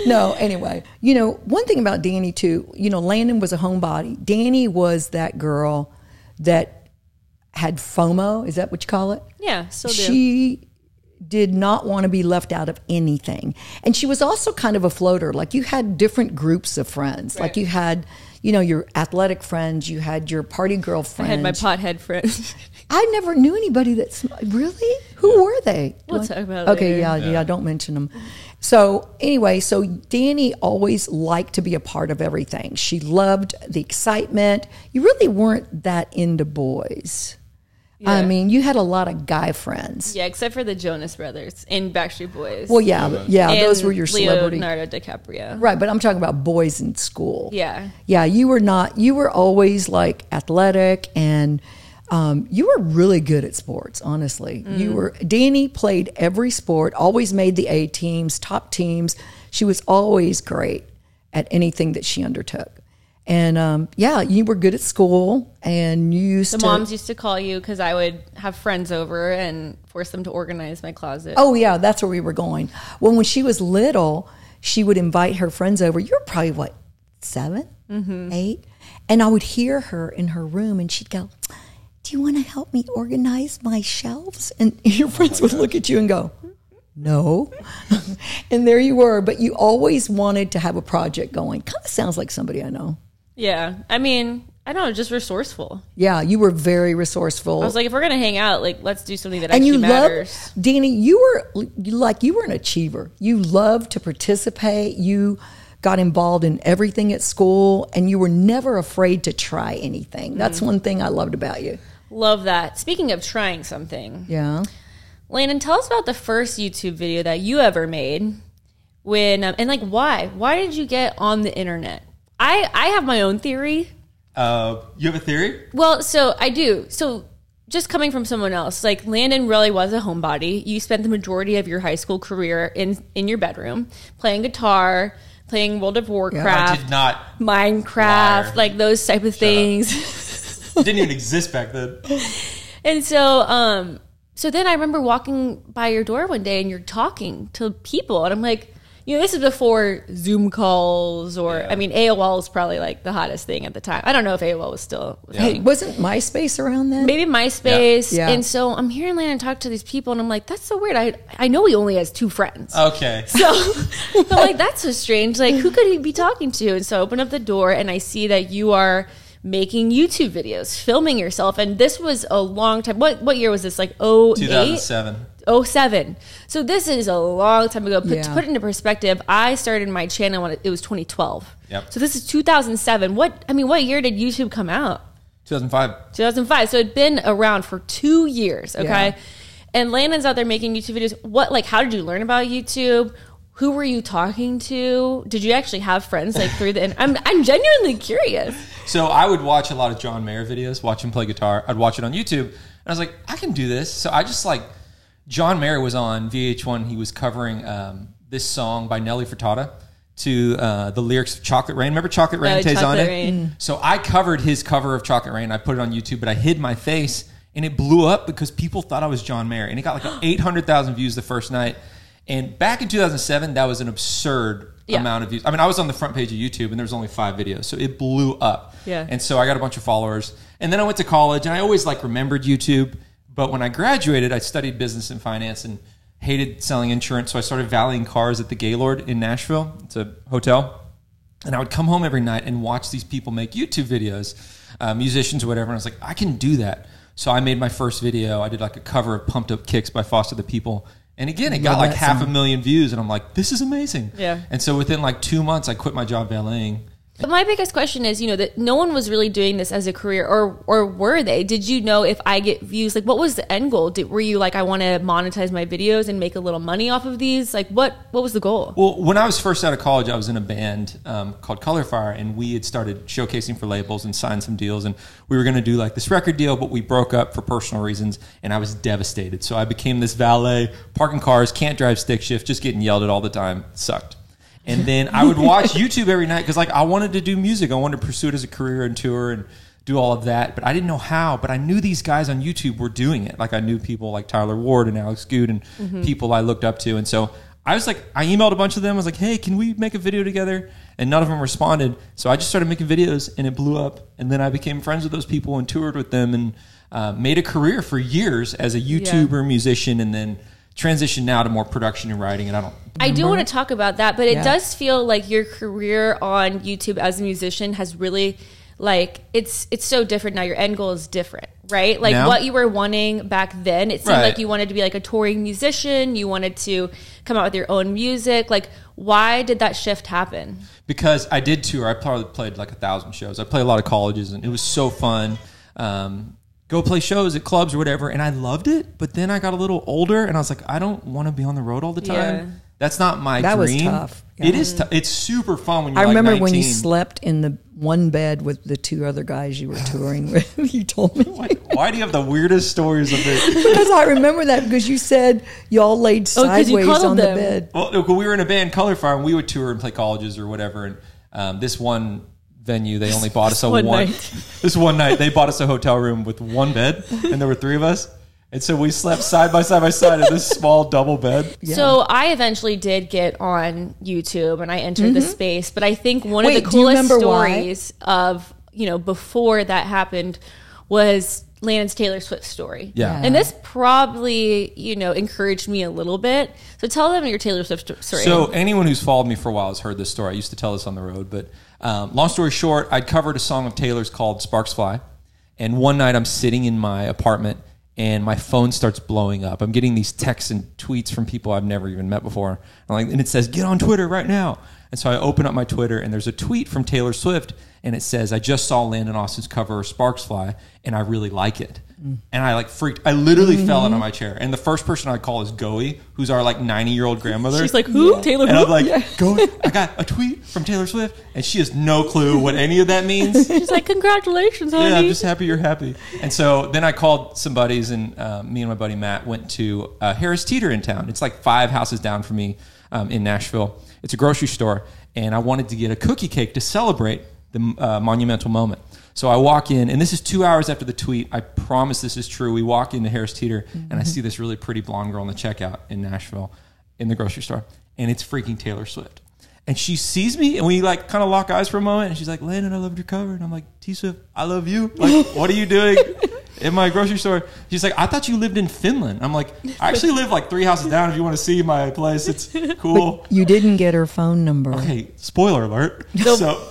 [SPEAKER 3] no, anyway, you know, one thing about Danny too, you know, Landon was a homebody. Danny was that girl that had FOMO, is that what you call it?
[SPEAKER 1] Yeah, still do.
[SPEAKER 3] She did not want to be left out of anything. And she was also kind of a floater. Like you had different groups of friends. Like you had, you know, your athletic friends, you had your party girl
[SPEAKER 1] I
[SPEAKER 3] friends.
[SPEAKER 1] had my pothead friend.
[SPEAKER 3] I never knew anybody that sm- really. Who were they? Do
[SPEAKER 1] We'll
[SPEAKER 3] I-
[SPEAKER 1] talk about it
[SPEAKER 3] Okay,
[SPEAKER 1] later.
[SPEAKER 3] yeah, yeah, Don't mention them. So anyway, so Danny always liked to be a part of everything. She loved the excitement. You really weren't that into boys. I
[SPEAKER 1] Yeah.
[SPEAKER 3] mean, you had a lot of guy friends.
[SPEAKER 1] yeah, except for the Jonas Brothers and Backstreet Boys.
[SPEAKER 3] Well, yeah, but- yeah,
[SPEAKER 1] and
[SPEAKER 3] those were your celebrity,
[SPEAKER 1] Leonardo DiCaprio.
[SPEAKER 3] right? But I'm talking about boys in school.
[SPEAKER 1] Yeah.
[SPEAKER 3] Yeah, you were not. You were always like athletic, and um, you were really good at sports. Honestly,
[SPEAKER 1] Mm.
[SPEAKER 3] you were. Danny played every sport. Always made the A teams, top teams. She was always great at anything that she undertook. And um, yeah, you were good at school, and you used
[SPEAKER 1] The
[SPEAKER 3] to.
[SPEAKER 1] moms used to call you because I would have friends over and force them to organize my closet.
[SPEAKER 3] Oh yeah, that's where we were going. Well, when she was little, she would invite her friends over. You're probably what 7
[SPEAKER 1] Mm-hmm.
[SPEAKER 3] eight, and I would hear her in her room, and she'd go, "Do you want to help me organize my shelves?" And your friends would look at you and go, "No," and there you were. But you always wanted to have a project going. Kind of sounds like somebody I know. Oh.
[SPEAKER 1] Yeah. I mean, I don't know, just resourceful.
[SPEAKER 3] Yeah, you were very resourceful.
[SPEAKER 1] I was like, if we're gonna hang out, like let's do something that
[SPEAKER 3] and
[SPEAKER 1] actually
[SPEAKER 3] you
[SPEAKER 1] matters.
[SPEAKER 3] love Danny. You were you- like you were an achiever. You loved to participate. You got involved in everything at school, and you were never afraid to try anything.
[SPEAKER 1] Mm-hmm.
[SPEAKER 3] That's one thing I loved about you.
[SPEAKER 1] Love that. Speaking of trying something,
[SPEAKER 3] Yeah.
[SPEAKER 1] Landon, tell us about the first YouTube video that you ever made. When um, and like why? Why did you get on the internet? I I have my own theory.
[SPEAKER 2] Uh, you have a theory?
[SPEAKER 1] Well, so I do. So just coming from someone else, like Landon really was a homebody. You spent the majority of your high school career in in your bedroom playing guitar, playing World of
[SPEAKER 2] I
[SPEAKER 1] Warcraft,
[SPEAKER 2] did not.
[SPEAKER 1] Minecraft,
[SPEAKER 2] Liar.
[SPEAKER 1] like those type of things.
[SPEAKER 2] Didn't even exist back then.
[SPEAKER 1] And so, um, so then I remember walking by your door one day and you're talking to people, and I'm like, you know, this is before Zoom calls or I mean, AOL is probably like the hottest thing at the time. I don't know if AOL was still. a
[SPEAKER 2] Yeah.
[SPEAKER 1] thing.
[SPEAKER 3] Hey, wasn't MySpace around then?
[SPEAKER 1] Maybe MySpace,
[SPEAKER 3] Yeah. Yeah.
[SPEAKER 1] and so I'm hearing Landon talk to these people, and I'm like, "That's so weird." I I know he only has two friends,
[SPEAKER 2] Okay.
[SPEAKER 1] so I'm like, "That's so strange." Like, who could he be talking to? And so I open up the door, and I see that you are making YouTube videos, filming yourself, and this was a long time. What what year was this? Like oh eight,
[SPEAKER 2] 2007.
[SPEAKER 1] Oh seven. So this is a long time ago. Put, to
[SPEAKER 3] Yeah.
[SPEAKER 1] put it into perspective, I started my channel when it, it was 2012.
[SPEAKER 2] Yep.
[SPEAKER 1] So this is 2007. What I mean, what year did YouTube come out?
[SPEAKER 2] 2005.
[SPEAKER 1] 2005. So it'd been around for two years. Okay.
[SPEAKER 3] Yeah.
[SPEAKER 1] And Landon's out there making YouTube videos. What like? How did you learn about YouTube? Who were you talking to? Did you actually have friends like through the? And I'm I'm genuinely curious.
[SPEAKER 2] So I would watch a lot of John Mayer videos, watch him play guitar. I'd watch it on YouTube, and I was like, I can do this. So I just like John Mayer was on VH1. He was covering um, this song by Nelly Furtado to uh, the lyrics of "Chocolate Rain." Remember "Chocolate Rain"?
[SPEAKER 1] Oh,
[SPEAKER 2] Tezana?
[SPEAKER 1] Chocolate Rain.
[SPEAKER 2] So I covered his cover of "Chocolate Rain." I put it on YouTube, but I hid my face, and it blew up because people thought I was John Mayer, and it got like eight hundred thousand views the first night. And back in 2007, that was an absurd
[SPEAKER 1] Yeah.
[SPEAKER 2] amount of views. I mean, I was on the front page of YouTube, and there was only five videos, so it blew up.
[SPEAKER 1] Yeah.
[SPEAKER 2] And so I got a bunch of followers. And then I went to college and I always like remembered YouTube. But when I graduated, I studied business and finance and hated selling insurance. So I started valeting cars at the Gaylord in Nashville. It's a hotel. And I would come home every night and watch these people make YouTube videos, uh, musicians or whatever. And I was like, I can do that. So I made my first video. I did like a cover of Pumped Up Kicks by Foster the People. And again, it got like
[SPEAKER 3] that
[SPEAKER 2] half
[SPEAKER 3] song.
[SPEAKER 2] a million views. And I'm like, this is amazing.
[SPEAKER 1] Yeah.
[SPEAKER 2] And so within like two months, I quit my job valeting.
[SPEAKER 1] But my biggest question is, you know, that no one was really doing this as a career, or or were they? Did you know if I get views, like, what was the end goal? Did, were you like, I want to monetize my videos and make a little money off of these? Like, what what was the goal?
[SPEAKER 2] Well, when I was first out of college, I was in a band um, called Colorfire, and we had started showcasing for labels and signed some deals. And we were going to do like this record deal, but we broke up for personal reasons, and I was devastated. So I became this valet, parking cars, can't drive stick shift, just getting yelled at all the time. Sucked. And then I would watch YouTube every night because like I wanted to do music, I wanted to pursue it as a career and tour and do all of that, but I didn't know how. But I knew these guys on YouTube were doing it. Like I knew people like Tyler Ward and Alex Good and people I looked up to, and so I was like, I emailed a bunch of them. I was like, hey, can we make a video together? And none of them responded. So I just started making videos and it blew up. And then I became friends with those people and toured with them and uh, made a career for years as a YouTuber, musician, and then transition now to more production and writing, and I don't.
[SPEAKER 1] I do want to talk about that, but it
[SPEAKER 3] Yeah.
[SPEAKER 1] does feel like your career on YouTube as a musician has really like it's it's so different now. Your end goal is different, right? Like
[SPEAKER 2] Now?
[SPEAKER 1] what you were wanting back then, it seemed
[SPEAKER 2] Right.
[SPEAKER 1] like you wanted to be like a touring musician, you wanted to come out with your own music. Like why did that shift happen?
[SPEAKER 2] because I did tour. I probably played like a thousand shows. I played a lot of colleges, and it was so fun. Um, go play shows at clubs or whatever, and I loved it. But then I got a little older, and I was like, I don't want to be on the road all the time.
[SPEAKER 1] Yeah.
[SPEAKER 2] That's not my
[SPEAKER 3] That was
[SPEAKER 2] dream.
[SPEAKER 3] tough.
[SPEAKER 2] It is. T- it's super fun when you're
[SPEAKER 3] I
[SPEAKER 2] like
[SPEAKER 3] remember when you
[SPEAKER 2] 19.
[SPEAKER 3] slept in the one bed with the two other guys you were touring with. you told me
[SPEAKER 2] Like, why do you have the weirdest stories of this?
[SPEAKER 3] because I remember that because you said y'all laid
[SPEAKER 1] Oh, 'cause you
[SPEAKER 3] sideways
[SPEAKER 1] cuddled
[SPEAKER 3] on
[SPEAKER 1] them.
[SPEAKER 3] the bed.
[SPEAKER 2] Well, look, we were in a band, Color Fire, and we would tour and play colleges or whatever. And um, this one venue, they only bought us a
[SPEAKER 1] One
[SPEAKER 2] one.
[SPEAKER 1] night.
[SPEAKER 2] this one night, they bought us a hotel room with one bed, and there were three of us. And so we slept side by side by side in this small double bed.
[SPEAKER 1] So I eventually did get on YouTube and I entered the space, but I think one
[SPEAKER 3] Mm-hmm. Wait,
[SPEAKER 1] of the
[SPEAKER 3] do you
[SPEAKER 1] coolest
[SPEAKER 3] remember why?
[SPEAKER 1] stories of you know before that happened was Lance Taylor Swift's story.
[SPEAKER 2] Yeah.
[SPEAKER 1] and this probably you know encouraged me a little bit. So tell them your Taylor Swift sto- story.
[SPEAKER 2] So anyone who's followed me for a while has heard this story. I used to tell this on the road, but um, long story short, I'd covered a song of Taylor's called "Sparks Fly," and one night I'm sitting in my apartment and my phone starts blowing up. I'm getting these texts and tweets from people I've never even met before, and like, and it says, "Get on Twitter right now." And so I open up my Twitter and there's a tweet from Taylor Swift, and it says, "I just saw Landon Austin's cover of Sparks Fly, and I really like it."
[SPEAKER 1] Mm.
[SPEAKER 2] And I like freaked. I literally fell
[SPEAKER 1] Mm-hmm.
[SPEAKER 2] out of my chair. And the first person I call is Goey, who's our like 90 year old grandmother.
[SPEAKER 1] she's like, who Taylor?
[SPEAKER 2] And
[SPEAKER 1] Who?
[SPEAKER 2] I'm like, go. I got a tweet from Taylor Swift, and she has no clue what any of that means. yeah,
[SPEAKER 1] she's like, congratulations, honey.
[SPEAKER 2] I'm just happy you're happy. And so then I called some buddies, and uh, me and my buddy Matt went to uh, Harris Teeter in town. It's like five houses down from me um, in Nashville. It's a grocery store, and I wanted to get a cookie cake to celebrate the uh, monumental moment. So I walk in, and this is two hours after the tweet. I promise this is true. We walk into Harris Teeter, and I see this really pretty blonde girl in the checkout in Nashville in the grocery store, and it's freaking Taylor Swift. And she sees me, and we like kind of lock eyes for a moment, and she's like, "Landon, I loved your cover," and I'm like, "T Swift, I love you. Like, what are you doing in my grocery store?" She's like, "I thought you lived in Finland." I'm like, "I actually live like three houses down. If you want to see my place, it's cool."
[SPEAKER 3] You didn't get her phone number.
[SPEAKER 2] Okay, spoiler alert.
[SPEAKER 1] the,
[SPEAKER 2] So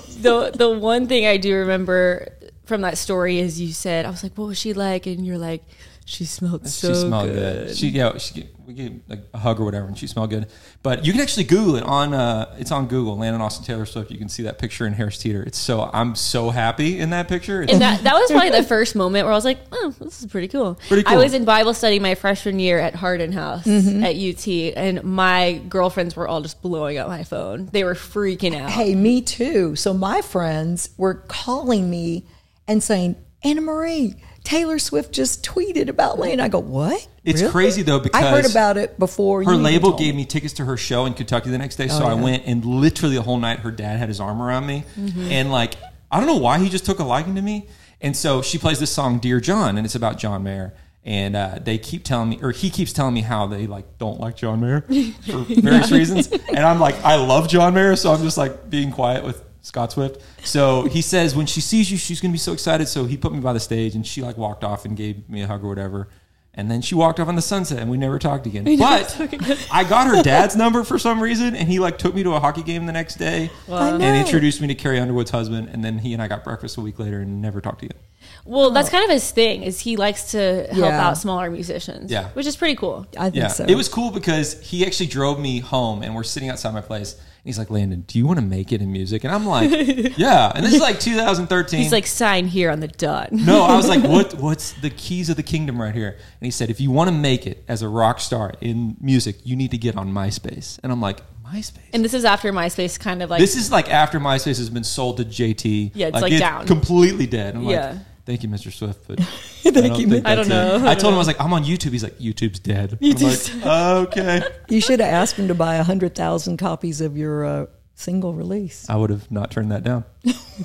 [SPEAKER 1] the the one thing I do remember from that story is you said, I was like, what was she like? And you're like, she smelled so
[SPEAKER 2] she smelled
[SPEAKER 1] good.
[SPEAKER 2] good. She yeah, she we gave like a hug or whatever, and she smelled good. But you can actually Google it on uh, it's on Google. Landon Austin Taylor Swift. You can see that picture in Harris Teeter. It's so I'm so happy in that picture. It's,
[SPEAKER 1] And that, that was probably the first moment where I was like, oh, this is pretty cool.
[SPEAKER 2] Pretty
[SPEAKER 1] I
[SPEAKER 2] cool. Mm-hmm.
[SPEAKER 1] was in Bible study my freshman year at Hardin House at UT, and my girlfriends were all just blowing up my phone. They were freaking out.
[SPEAKER 3] Hey, me too. So my friends were calling me and saying, Anna Marie, Taylor Swift just tweeted about Lane. I go, what?
[SPEAKER 2] It's
[SPEAKER 3] Really?
[SPEAKER 2] crazy, though,
[SPEAKER 3] I heard
[SPEAKER 2] because
[SPEAKER 3] about it before.
[SPEAKER 2] her
[SPEAKER 3] you
[SPEAKER 2] label
[SPEAKER 3] told
[SPEAKER 2] gave me tickets to her show in Kentucky the next day, so I
[SPEAKER 3] yeah.
[SPEAKER 2] went and literally the whole night her dad had his arm around me, and like I don't know why he just took a liking to me, and so she plays this song "Dear John" and it's about John Mayer, and uh, they keep telling me or he keeps telling me how they like don't like John Mayer for various reasons, and I'm like I love John Mayer, so I'm just like being quiet with. Scott Swift. So he says when she sees you, she's gonna be so excited. So he put me by the stage, and she like walked off and gave me a hug or whatever. And then she walked off on the sunset, and we never talked again. But I got her dad's number for some reason, and he like took me to a hockey game the next day,
[SPEAKER 3] I
[SPEAKER 2] and
[SPEAKER 3] know.
[SPEAKER 2] introduced me to Carrie Underwood's husband. And then he and I got breakfast a week later, and never talked again.
[SPEAKER 1] Well, that's kind of his thing is he likes to help
[SPEAKER 3] Yeah.
[SPEAKER 1] out smaller musicians,
[SPEAKER 2] Yeah.
[SPEAKER 1] which is pretty cool.
[SPEAKER 3] I think
[SPEAKER 2] Yeah,
[SPEAKER 3] so.
[SPEAKER 2] it was cool because he actually drove me home, and we're sitting outside my place, and he's like, "Landon, do you want to make it in music?" And I'm like, "Yeah." And this is like 2013.
[SPEAKER 1] He's like, sign here on the dot.
[SPEAKER 2] No, I was like, what? What's the keys of the kingdom right here? And he said, if you want to make it as a rock star in music, you need to get on MySpace. And I'm like, MySpace.
[SPEAKER 1] And this is after MySpace kind of like,
[SPEAKER 2] this is like after MySpace has been sold to JT.
[SPEAKER 1] Yeah, it's like down.
[SPEAKER 2] completely dead. I'm
[SPEAKER 1] Yeah.
[SPEAKER 2] like, thank you, Mr. Swift, but I
[SPEAKER 3] Thank
[SPEAKER 2] don't
[SPEAKER 3] you,
[SPEAKER 2] think
[SPEAKER 3] Mr.
[SPEAKER 1] I don't
[SPEAKER 2] that's it."
[SPEAKER 1] know.
[SPEAKER 2] I told him I was like, I'm on YouTube. He's like, YouTube's dead.
[SPEAKER 1] YouTube's
[SPEAKER 2] I'm like, okay.
[SPEAKER 3] You should have asked him to buy 100,000 copies of your uh, single release.
[SPEAKER 2] I would have not turned that down.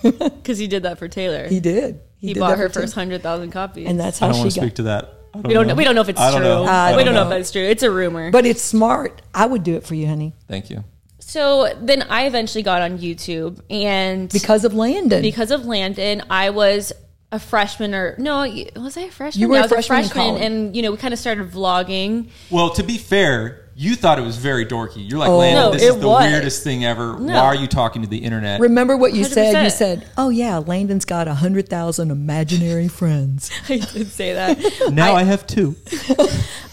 [SPEAKER 1] because he did that for Taylor.
[SPEAKER 3] He
[SPEAKER 1] He,
[SPEAKER 3] did. did
[SPEAKER 1] bought
[SPEAKER 3] that
[SPEAKER 1] her
[SPEAKER 3] for
[SPEAKER 1] first 100,000 copies.
[SPEAKER 3] Tim. And that's
[SPEAKER 2] I
[SPEAKER 3] how
[SPEAKER 2] don't want
[SPEAKER 3] she
[SPEAKER 2] to
[SPEAKER 3] got.
[SPEAKER 2] speak to that. I
[SPEAKER 1] we don't, know. we don't know if it's
[SPEAKER 2] I
[SPEAKER 1] true. Uh,
[SPEAKER 2] don't know. I
[SPEAKER 1] we
[SPEAKER 2] don't
[SPEAKER 1] don't know.
[SPEAKER 2] know.
[SPEAKER 1] if that's true. It's a rumor.
[SPEAKER 3] But it's smart. I would do it for you, honey,
[SPEAKER 2] Thank you.
[SPEAKER 1] So then I eventually got on YouTube and
[SPEAKER 3] because of Landon.
[SPEAKER 1] because of Landon, I was a freshman or no, y- was I a freshman?
[SPEAKER 3] You were
[SPEAKER 1] Yeah,
[SPEAKER 3] a
[SPEAKER 1] I was
[SPEAKER 3] freshman in college.
[SPEAKER 1] and you know we kind of started vlogging.
[SPEAKER 2] Well, to be fair, you thought it was very dorky. You're like,
[SPEAKER 3] Oh.
[SPEAKER 2] Landon,
[SPEAKER 1] No,
[SPEAKER 2] this is
[SPEAKER 1] it
[SPEAKER 2] the
[SPEAKER 1] was.
[SPEAKER 2] weirdest thing ever. Why are you talking to the internet?
[SPEAKER 3] Remember what you said? You
[SPEAKER 1] 100%.
[SPEAKER 3] said, "Oh yeah, Landon's got a hundred thousand imaginary friends."
[SPEAKER 1] I did say that.
[SPEAKER 2] now I, have two.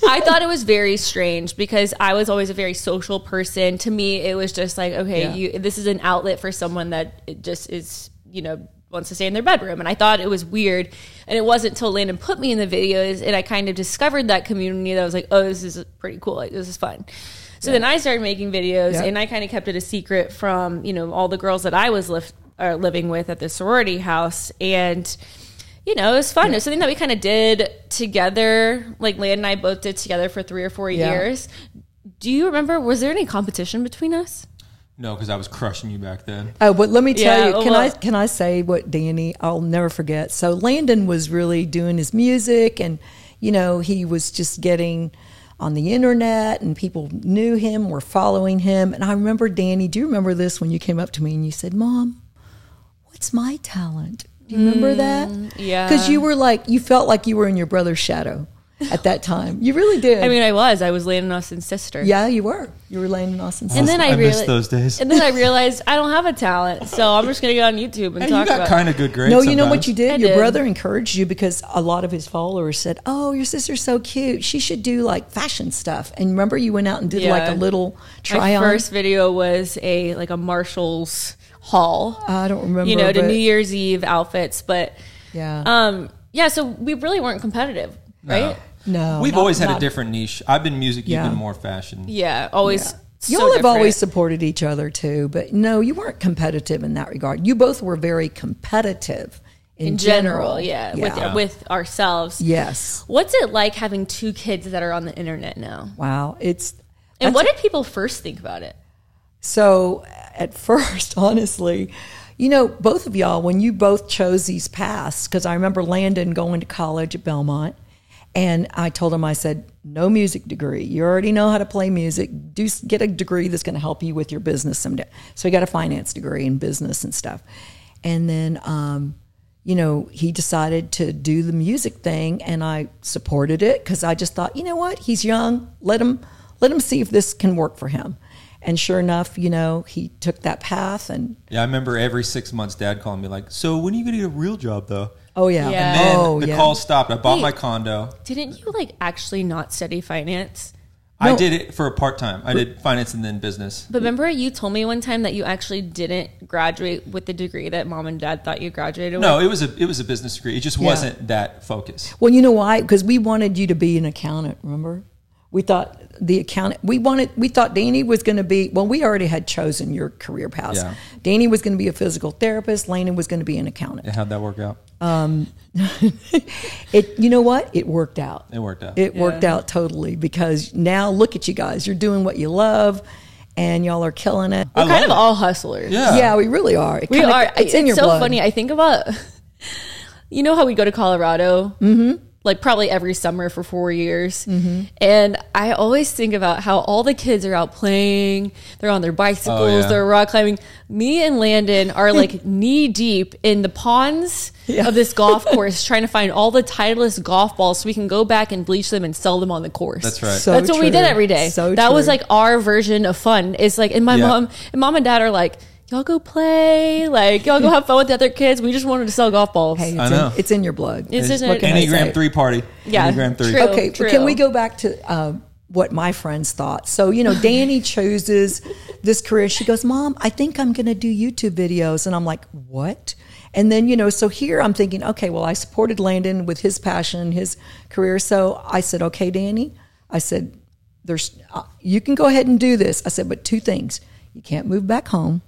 [SPEAKER 1] I thought it was very strange because I was always a very social person. To me, it was just like, okay,
[SPEAKER 3] Yeah.
[SPEAKER 1] you, this is an outlet for someone that it just is, you know, wants to stay in their bedroom. And I thought it was weird. And it wasn't till Landon put me in the videos and I kind of discovered that community that I was like, oh, this is pretty cool. Like, this is fun. So then I started making videos
[SPEAKER 3] Yeah.
[SPEAKER 1] and I kind of kept it a secret from, you know, all the girls that I was lif- uh, living with at the sorority house. And, you know, it was fun. It was something that we kind of did together. Like Land and I both did together for three or four
[SPEAKER 3] Yeah.
[SPEAKER 1] years. Do you remember? Was there any competition between us?
[SPEAKER 2] No, because I was crushing you back then.
[SPEAKER 3] Oh, but let me tell
[SPEAKER 1] Yeah,
[SPEAKER 3] you, can
[SPEAKER 1] well-
[SPEAKER 3] I can I say what Danny? I'll never forget. So Landon was really doing his music, and you know he was just getting on the internet, and people knew him, were following him. And I remember Danny. Do you remember this when you came up to me and you said, "Mom, what's my talent?" Do you remember that?
[SPEAKER 1] Mm, yeah.
[SPEAKER 3] because you were like you felt like you were in your brother's shadow at that time. You really did.
[SPEAKER 1] I mean, I was. I was Landon Austin's sister.
[SPEAKER 3] yeah, you were. You were Landon Austin's
[SPEAKER 1] And
[SPEAKER 3] sister.
[SPEAKER 1] then I,
[SPEAKER 2] I miss
[SPEAKER 1] realized
[SPEAKER 2] those days.
[SPEAKER 1] And then I realized I don't have a talent, so I'm just gonna go on YouTube and
[SPEAKER 2] Hey, you
[SPEAKER 1] talk
[SPEAKER 2] got
[SPEAKER 1] about.
[SPEAKER 2] kind of good grades.
[SPEAKER 3] No, you know what
[SPEAKER 2] sometimes.
[SPEAKER 3] you did?
[SPEAKER 1] I
[SPEAKER 3] your
[SPEAKER 1] did.
[SPEAKER 3] brother encouraged you because a lot of his followers said, Oh, your sister's so cute. She should do like fashion stuff. And remember, you went out and did like
[SPEAKER 1] Yeah.
[SPEAKER 3] a little
[SPEAKER 1] My
[SPEAKER 3] try on?
[SPEAKER 1] first video was a like a Marshalls haul.
[SPEAKER 3] I don't remember.
[SPEAKER 1] you know, to
[SPEAKER 3] but-
[SPEAKER 1] New Year's Eve outfits, but
[SPEAKER 3] Yeah.
[SPEAKER 1] um, yeah. So we really weren't competitive, right?
[SPEAKER 3] no.
[SPEAKER 2] We've
[SPEAKER 3] not-
[SPEAKER 2] always had
[SPEAKER 3] not-
[SPEAKER 2] a different niche. I've been music,
[SPEAKER 3] Yeah.
[SPEAKER 2] you've been more fashion.
[SPEAKER 1] Yeah, always. so
[SPEAKER 3] Y'all have
[SPEAKER 1] different.
[SPEAKER 3] always supported each other too, but no, you weren't competitive in that regard. You both were very competitive in,
[SPEAKER 1] in general, yeah, with
[SPEAKER 2] Yeah.
[SPEAKER 1] with ourselves.
[SPEAKER 3] yes.
[SPEAKER 1] What's it like having two kids that are on the internet now?
[SPEAKER 3] Wow. It's
[SPEAKER 1] And
[SPEAKER 3] that's
[SPEAKER 1] what did people first think about it?
[SPEAKER 3] So at first, honestly, you know, both of y'all, when you both chose these paths, because I remember Landon going to college at Belmont, and I told him, I said, no music degree. You already know how to play music. Do get a degree that's going to help you with your business someday. So he got a finance degree in business and stuff, and then. Um, you know, he decided to do the music thing and I supported it cuz I just thought, you know what? He's young. Let him let him see if this can work for him. And sure enough, you know, he took that path and
[SPEAKER 2] Yeah, I remember every six months, Dad calling me like, "So when are you going to get a real job, though?"
[SPEAKER 3] oh yeah.
[SPEAKER 1] Yeah.
[SPEAKER 2] And then
[SPEAKER 3] oh
[SPEAKER 2] the
[SPEAKER 3] yeah.
[SPEAKER 2] call stopped. I bought
[SPEAKER 1] Wait.
[SPEAKER 2] my condo.
[SPEAKER 1] Didn't you like actually not study finance?
[SPEAKER 2] I
[SPEAKER 3] No.
[SPEAKER 2] did it for a part time. I did finance and then business.
[SPEAKER 1] But remember, you told me one time that you actually didn't graduate with the degree that mom and dad thought you graduated
[SPEAKER 2] No,
[SPEAKER 1] with.
[SPEAKER 2] it was a it was a business degree. It just wasn't that focus.
[SPEAKER 3] Well, you know why? Cuz we wanted you to be an accountant, remember? We thought the accountant we wanted we thought Danny was going to be well, we already had chosen your career path.
[SPEAKER 2] Yeah.
[SPEAKER 3] Danny was going to be a physical therapist, Landon was going to be an accountant.
[SPEAKER 2] How'd that work out?
[SPEAKER 3] It you know what? It worked out.
[SPEAKER 2] It worked out.
[SPEAKER 3] It worked out totally because now look at you guys. You're doing what you love and y'all are killing it.
[SPEAKER 1] We're
[SPEAKER 2] I
[SPEAKER 1] kind
[SPEAKER 2] love
[SPEAKER 1] of
[SPEAKER 2] it.
[SPEAKER 1] all hustlers.
[SPEAKER 2] Yeah.
[SPEAKER 3] yeah. we really are. It
[SPEAKER 1] we
[SPEAKER 3] kinda-
[SPEAKER 1] are.
[SPEAKER 3] It's in your
[SPEAKER 1] so
[SPEAKER 3] blood.
[SPEAKER 1] funny. I think about, you know how we go to Colorado, mm-hmm. like probably every summer for four years,
[SPEAKER 3] Mm-hmm.
[SPEAKER 1] and I always think about how all the kids are out playing, they're on their bicycles,
[SPEAKER 3] Oh,
[SPEAKER 2] yeah.
[SPEAKER 1] they're rock climbing. Me and Landon are like knee deep in the ponds
[SPEAKER 3] Yeah.
[SPEAKER 1] of this golf course, trying to find all the Titleist golf balls so we can go back and bleach them and sell them on the course.
[SPEAKER 2] That's right.
[SPEAKER 3] So
[SPEAKER 1] That's what we
[SPEAKER 3] true.
[SPEAKER 1] did every day.
[SPEAKER 3] So
[SPEAKER 1] that was
[SPEAKER 3] true.
[SPEAKER 1] like our version of fun. It's like, and my
[SPEAKER 2] Yeah.
[SPEAKER 1] mom and mom and dad are like, y'all go play, like y'all go have fun with the other kids. We just wanted to sell golf balls.
[SPEAKER 3] Hey, it's,
[SPEAKER 2] I know.
[SPEAKER 3] In, it's in your blood.
[SPEAKER 1] It's just
[SPEAKER 3] What can I say?
[SPEAKER 2] Enneagram three party.
[SPEAKER 1] Yeah,
[SPEAKER 2] Enneagram three.
[SPEAKER 1] true.
[SPEAKER 3] Okay, but can we go back to um, what my friends thought? So, you know, Danny chooses this career. She goes, Mom, I think I'm going to do YouTube videos. And I'm like, What? And then, you know, so here I'm thinking, okay, well, I supported Landon with his passion, his career. So I said, Okay, Danny, I said, there's, uh, you can go ahead and do this. I said, but two things. You can't move back home,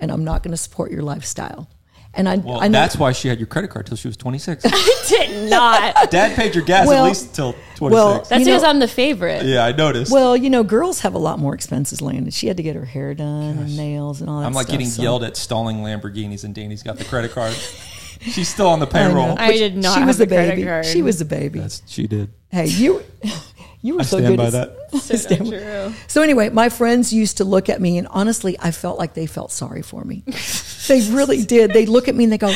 [SPEAKER 3] and I'm not going to support your lifestyle. And I,
[SPEAKER 2] Well,
[SPEAKER 3] I know
[SPEAKER 2] that's why she had your credit card till she was 26.
[SPEAKER 1] Did not.
[SPEAKER 2] Dad paid your gas
[SPEAKER 3] Well-
[SPEAKER 2] at least till 26.
[SPEAKER 3] well,
[SPEAKER 1] That's
[SPEAKER 3] You know-
[SPEAKER 1] because I'm the favorite.
[SPEAKER 2] yeah, I noticed.
[SPEAKER 3] Well, you know, girls have a lot more expenses, Landon. She had to get her hair done and nails and all that
[SPEAKER 2] I'm like
[SPEAKER 3] stuff,
[SPEAKER 2] getting
[SPEAKER 3] so-
[SPEAKER 2] yelled at stalling Lamborghinis, and Danny's got the credit card. She's still on the
[SPEAKER 3] I know.
[SPEAKER 2] payroll.
[SPEAKER 1] I
[SPEAKER 3] But
[SPEAKER 1] did not
[SPEAKER 3] She
[SPEAKER 1] have
[SPEAKER 3] was
[SPEAKER 1] the
[SPEAKER 3] a baby.
[SPEAKER 1] credit card.
[SPEAKER 3] She was a baby.
[SPEAKER 2] That's she did.
[SPEAKER 3] hey, you you were
[SPEAKER 2] I
[SPEAKER 3] so
[SPEAKER 2] stand
[SPEAKER 3] good
[SPEAKER 2] by
[SPEAKER 3] at-
[SPEAKER 2] that.
[SPEAKER 1] So not true.
[SPEAKER 3] So anyway, my friends used to look at me and honestly, I felt like they felt sorry for me. they really did. They look at me and they go,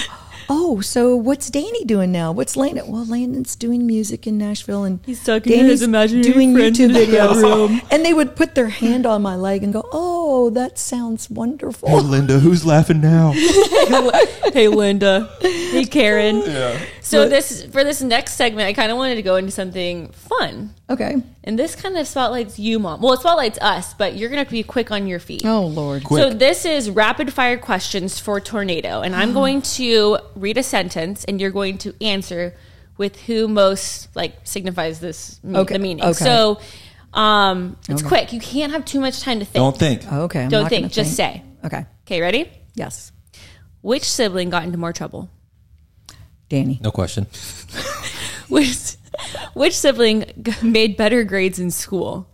[SPEAKER 3] oh, so what's Danny doing now? What's Landon? Well, Landon's doing music in Nashville, and
[SPEAKER 1] He's talking to his imaginary
[SPEAKER 3] doing
[SPEAKER 1] friend in
[SPEAKER 3] YouTube
[SPEAKER 1] the
[SPEAKER 3] videos.
[SPEAKER 1] room.
[SPEAKER 3] And they would put their hand on my leg and go, "Oh, that sounds wonderful."
[SPEAKER 2] Linda, who's laughing now?
[SPEAKER 1] hey Linda, hey Karen.
[SPEAKER 2] Yeah.
[SPEAKER 1] So this for this next segment, I kind of wanted to go into something fun,
[SPEAKER 3] Okay.
[SPEAKER 1] and this kind of spotlights you, mom. Well, it spotlights us, but you're gonna have to be quick on your feet.
[SPEAKER 3] Oh Lord.
[SPEAKER 2] Quick.
[SPEAKER 1] So this is rapid fire questions for tornado, and
[SPEAKER 3] Mm.
[SPEAKER 1] I'm going to read a sentence, and you're going to answer with who most like signifies this me-
[SPEAKER 3] Okay,
[SPEAKER 1] the meaning.
[SPEAKER 3] okay.
[SPEAKER 1] So um, it's
[SPEAKER 3] Okay.
[SPEAKER 1] quick. You can't have too much time to think.
[SPEAKER 2] Don't think.
[SPEAKER 3] Okay. I'm
[SPEAKER 1] Don't
[SPEAKER 3] not
[SPEAKER 1] think,
[SPEAKER 3] gonna
[SPEAKER 1] just say.
[SPEAKER 3] Okay.
[SPEAKER 1] Okay, ready?
[SPEAKER 3] Yes.
[SPEAKER 1] Which sibling got into more trouble?
[SPEAKER 3] Danny.
[SPEAKER 2] No question.
[SPEAKER 1] Which which sibling g- made better grades in school?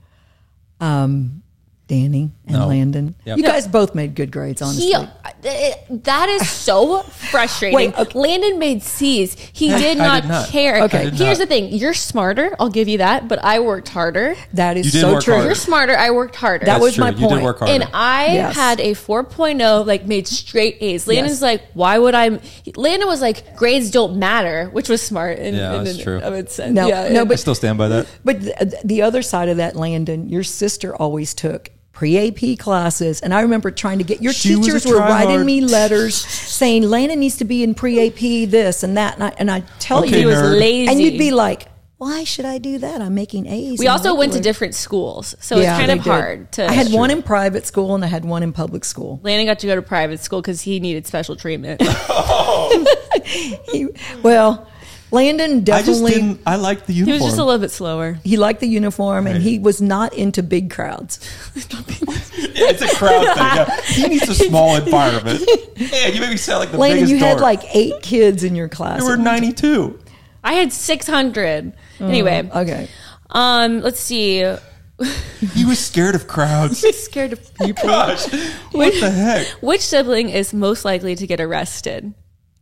[SPEAKER 3] Um, Danny and
[SPEAKER 2] No.
[SPEAKER 3] Landon.
[SPEAKER 2] Yep.
[SPEAKER 3] You
[SPEAKER 2] No.
[SPEAKER 3] guys both made good grades, honestly.
[SPEAKER 1] He, th- that is so frustrating.
[SPEAKER 3] Wait, okay.
[SPEAKER 1] Landon made C's. He
[SPEAKER 2] I
[SPEAKER 1] did
[SPEAKER 2] did
[SPEAKER 1] not,
[SPEAKER 2] not.
[SPEAKER 1] care.
[SPEAKER 2] Okay. I did
[SPEAKER 1] Here's the
[SPEAKER 2] not.
[SPEAKER 1] thing: you're smarter. I'll give you that. But I worked harder.
[SPEAKER 3] That
[SPEAKER 2] You
[SPEAKER 3] is
[SPEAKER 2] did
[SPEAKER 3] so
[SPEAKER 2] work
[SPEAKER 3] true.
[SPEAKER 2] harder.
[SPEAKER 1] You're smarter. I worked harder.
[SPEAKER 3] That
[SPEAKER 2] That's
[SPEAKER 3] was my
[SPEAKER 2] true. You did
[SPEAKER 3] point.
[SPEAKER 2] work harder.
[SPEAKER 1] and I
[SPEAKER 3] Yes.
[SPEAKER 1] had a 4.0, like made straight A's. Landon's
[SPEAKER 3] Yes.
[SPEAKER 1] like, why would I? Landon was like, grades don't matter, which was smart. In,
[SPEAKER 2] Yeah,
[SPEAKER 1] in,
[SPEAKER 2] that's
[SPEAKER 1] in-
[SPEAKER 2] true.
[SPEAKER 1] Of its sense.
[SPEAKER 3] No,
[SPEAKER 1] Yeah.
[SPEAKER 3] no,
[SPEAKER 2] I
[SPEAKER 3] but
[SPEAKER 2] still stand by that.
[SPEAKER 3] but the, the other side of that, Landon, your sister always took pre-AP classes, and I remember trying to get your
[SPEAKER 2] She was a
[SPEAKER 3] teachers were writing
[SPEAKER 2] tryhard.
[SPEAKER 3] me letters saying Landon needs to be in pre-AP this and that, and I and I tell
[SPEAKER 2] Okay,
[SPEAKER 1] he
[SPEAKER 3] you,
[SPEAKER 1] was
[SPEAKER 2] nerd.
[SPEAKER 1] lazy.
[SPEAKER 3] and you'd be like, why should I do that? I'm making A's.
[SPEAKER 1] we
[SPEAKER 3] in
[SPEAKER 1] also went to
[SPEAKER 3] regular."
[SPEAKER 1] different schools, so
[SPEAKER 3] Yeah,
[SPEAKER 1] it's kind
[SPEAKER 3] they
[SPEAKER 1] of
[SPEAKER 3] did.
[SPEAKER 1] hard to.
[SPEAKER 3] I had one in private school and I had one in public school.
[SPEAKER 1] Landon got to go to private school because he needed special treatment.
[SPEAKER 3] He, well, Landon
[SPEAKER 2] I just
[SPEAKER 3] definitely
[SPEAKER 2] didn't. I liked the
[SPEAKER 1] he
[SPEAKER 2] uniform.
[SPEAKER 1] was just a little bit slower.
[SPEAKER 3] he liked the uniform and
[SPEAKER 2] Right.
[SPEAKER 3] he was not into big crowds.
[SPEAKER 2] Yeah, it's a crowd thing. Yeah. He needs a small environment. Yeah, you make me sound like the
[SPEAKER 3] Landon,
[SPEAKER 2] biggest
[SPEAKER 3] you had
[SPEAKER 2] dork.
[SPEAKER 3] like eight kids in your class.
[SPEAKER 2] There were 92.
[SPEAKER 1] I had 600. Anyway,
[SPEAKER 3] Okay.
[SPEAKER 1] um, let's see.
[SPEAKER 2] He was scared of crowds.
[SPEAKER 1] Scared of people.
[SPEAKER 2] Gosh, what the heck?
[SPEAKER 1] Which sibling is most likely to get arrested?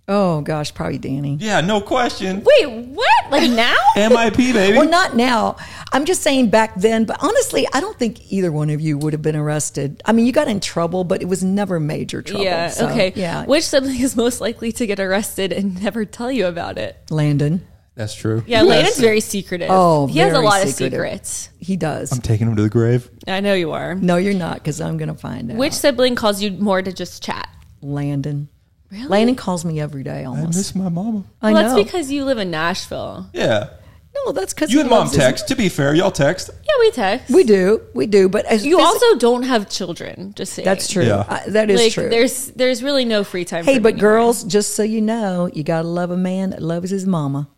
[SPEAKER 3] Oh gosh, probably Danny.
[SPEAKER 2] Yeah, no question.
[SPEAKER 1] Wait, what? Like now?
[SPEAKER 2] MIP, baby.
[SPEAKER 3] Well, not now. I'm just saying back then, but honestly, I don't think either one of you would have been arrested. I mean, you got in trouble, but it was never major trouble.
[SPEAKER 1] yeah.
[SPEAKER 3] so,
[SPEAKER 1] okay.
[SPEAKER 3] Yeah.
[SPEAKER 1] Which sibling is most likely to get arrested and never tell you about it?
[SPEAKER 3] Landon,
[SPEAKER 2] That's true.
[SPEAKER 1] Yeah, Landon's very secretive.
[SPEAKER 3] Oh,
[SPEAKER 1] he has a
[SPEAKER 3] very
[SPEAKER 1] lot
[SPEAKER 3] secretive.
[SPEAKER 1] of secrets.
[SPEAKER 3] he does.
[SPEAKER 2] I'm taking him to the grave.
[SPEAKER 1] I know you are.
[SPEAKER 3] no, you're not, because I'm going to find out.
[SPEAKER 1] Which sibling calls you more to just chat?
[SPEAKER 3] Landon?
[SPEAKER 1] Really?
[SPEAKER 3] Landon calls me every day
[SPEAKER 2] I
[SPEAKER 3] almost.
[SPEAKER 2] miss my mama.
[SPEAKER 3] I
[SPEAKER 1] well,
[SPEAKER 3] know.
[SPEAKER 1] that's because you live in Nashville.
[SPEAKER 2] Yeah.
[SPEAKER 3] no, that's because
[SPEAKER 2] You and mom text. To be fair, y'all text.
[SPEAKER 1] Yeah, we text.
[SPEAKER 3] We do, we do, but as
[SPEAKER 1] you
[SPEAKER 3] phys-
[SPEAKER 1] also don't have children. Just saying.
[SPEAKER 3] That's true.
[SPEAKER 2] Yeah.
[SPEAKER 3] I- that is
[SPEAKER 1] like,
[SPEAKER 3] true.
[SPEAKER 1] There's there's really no free time.
[SPEAKER 3] Hey,
[SPEAKER 1] for
[SPEAKER 3] but
[SPEAKER 1] me.
[SPEAKER 3] girls, just so you know, you gotta love a man that loves his mama.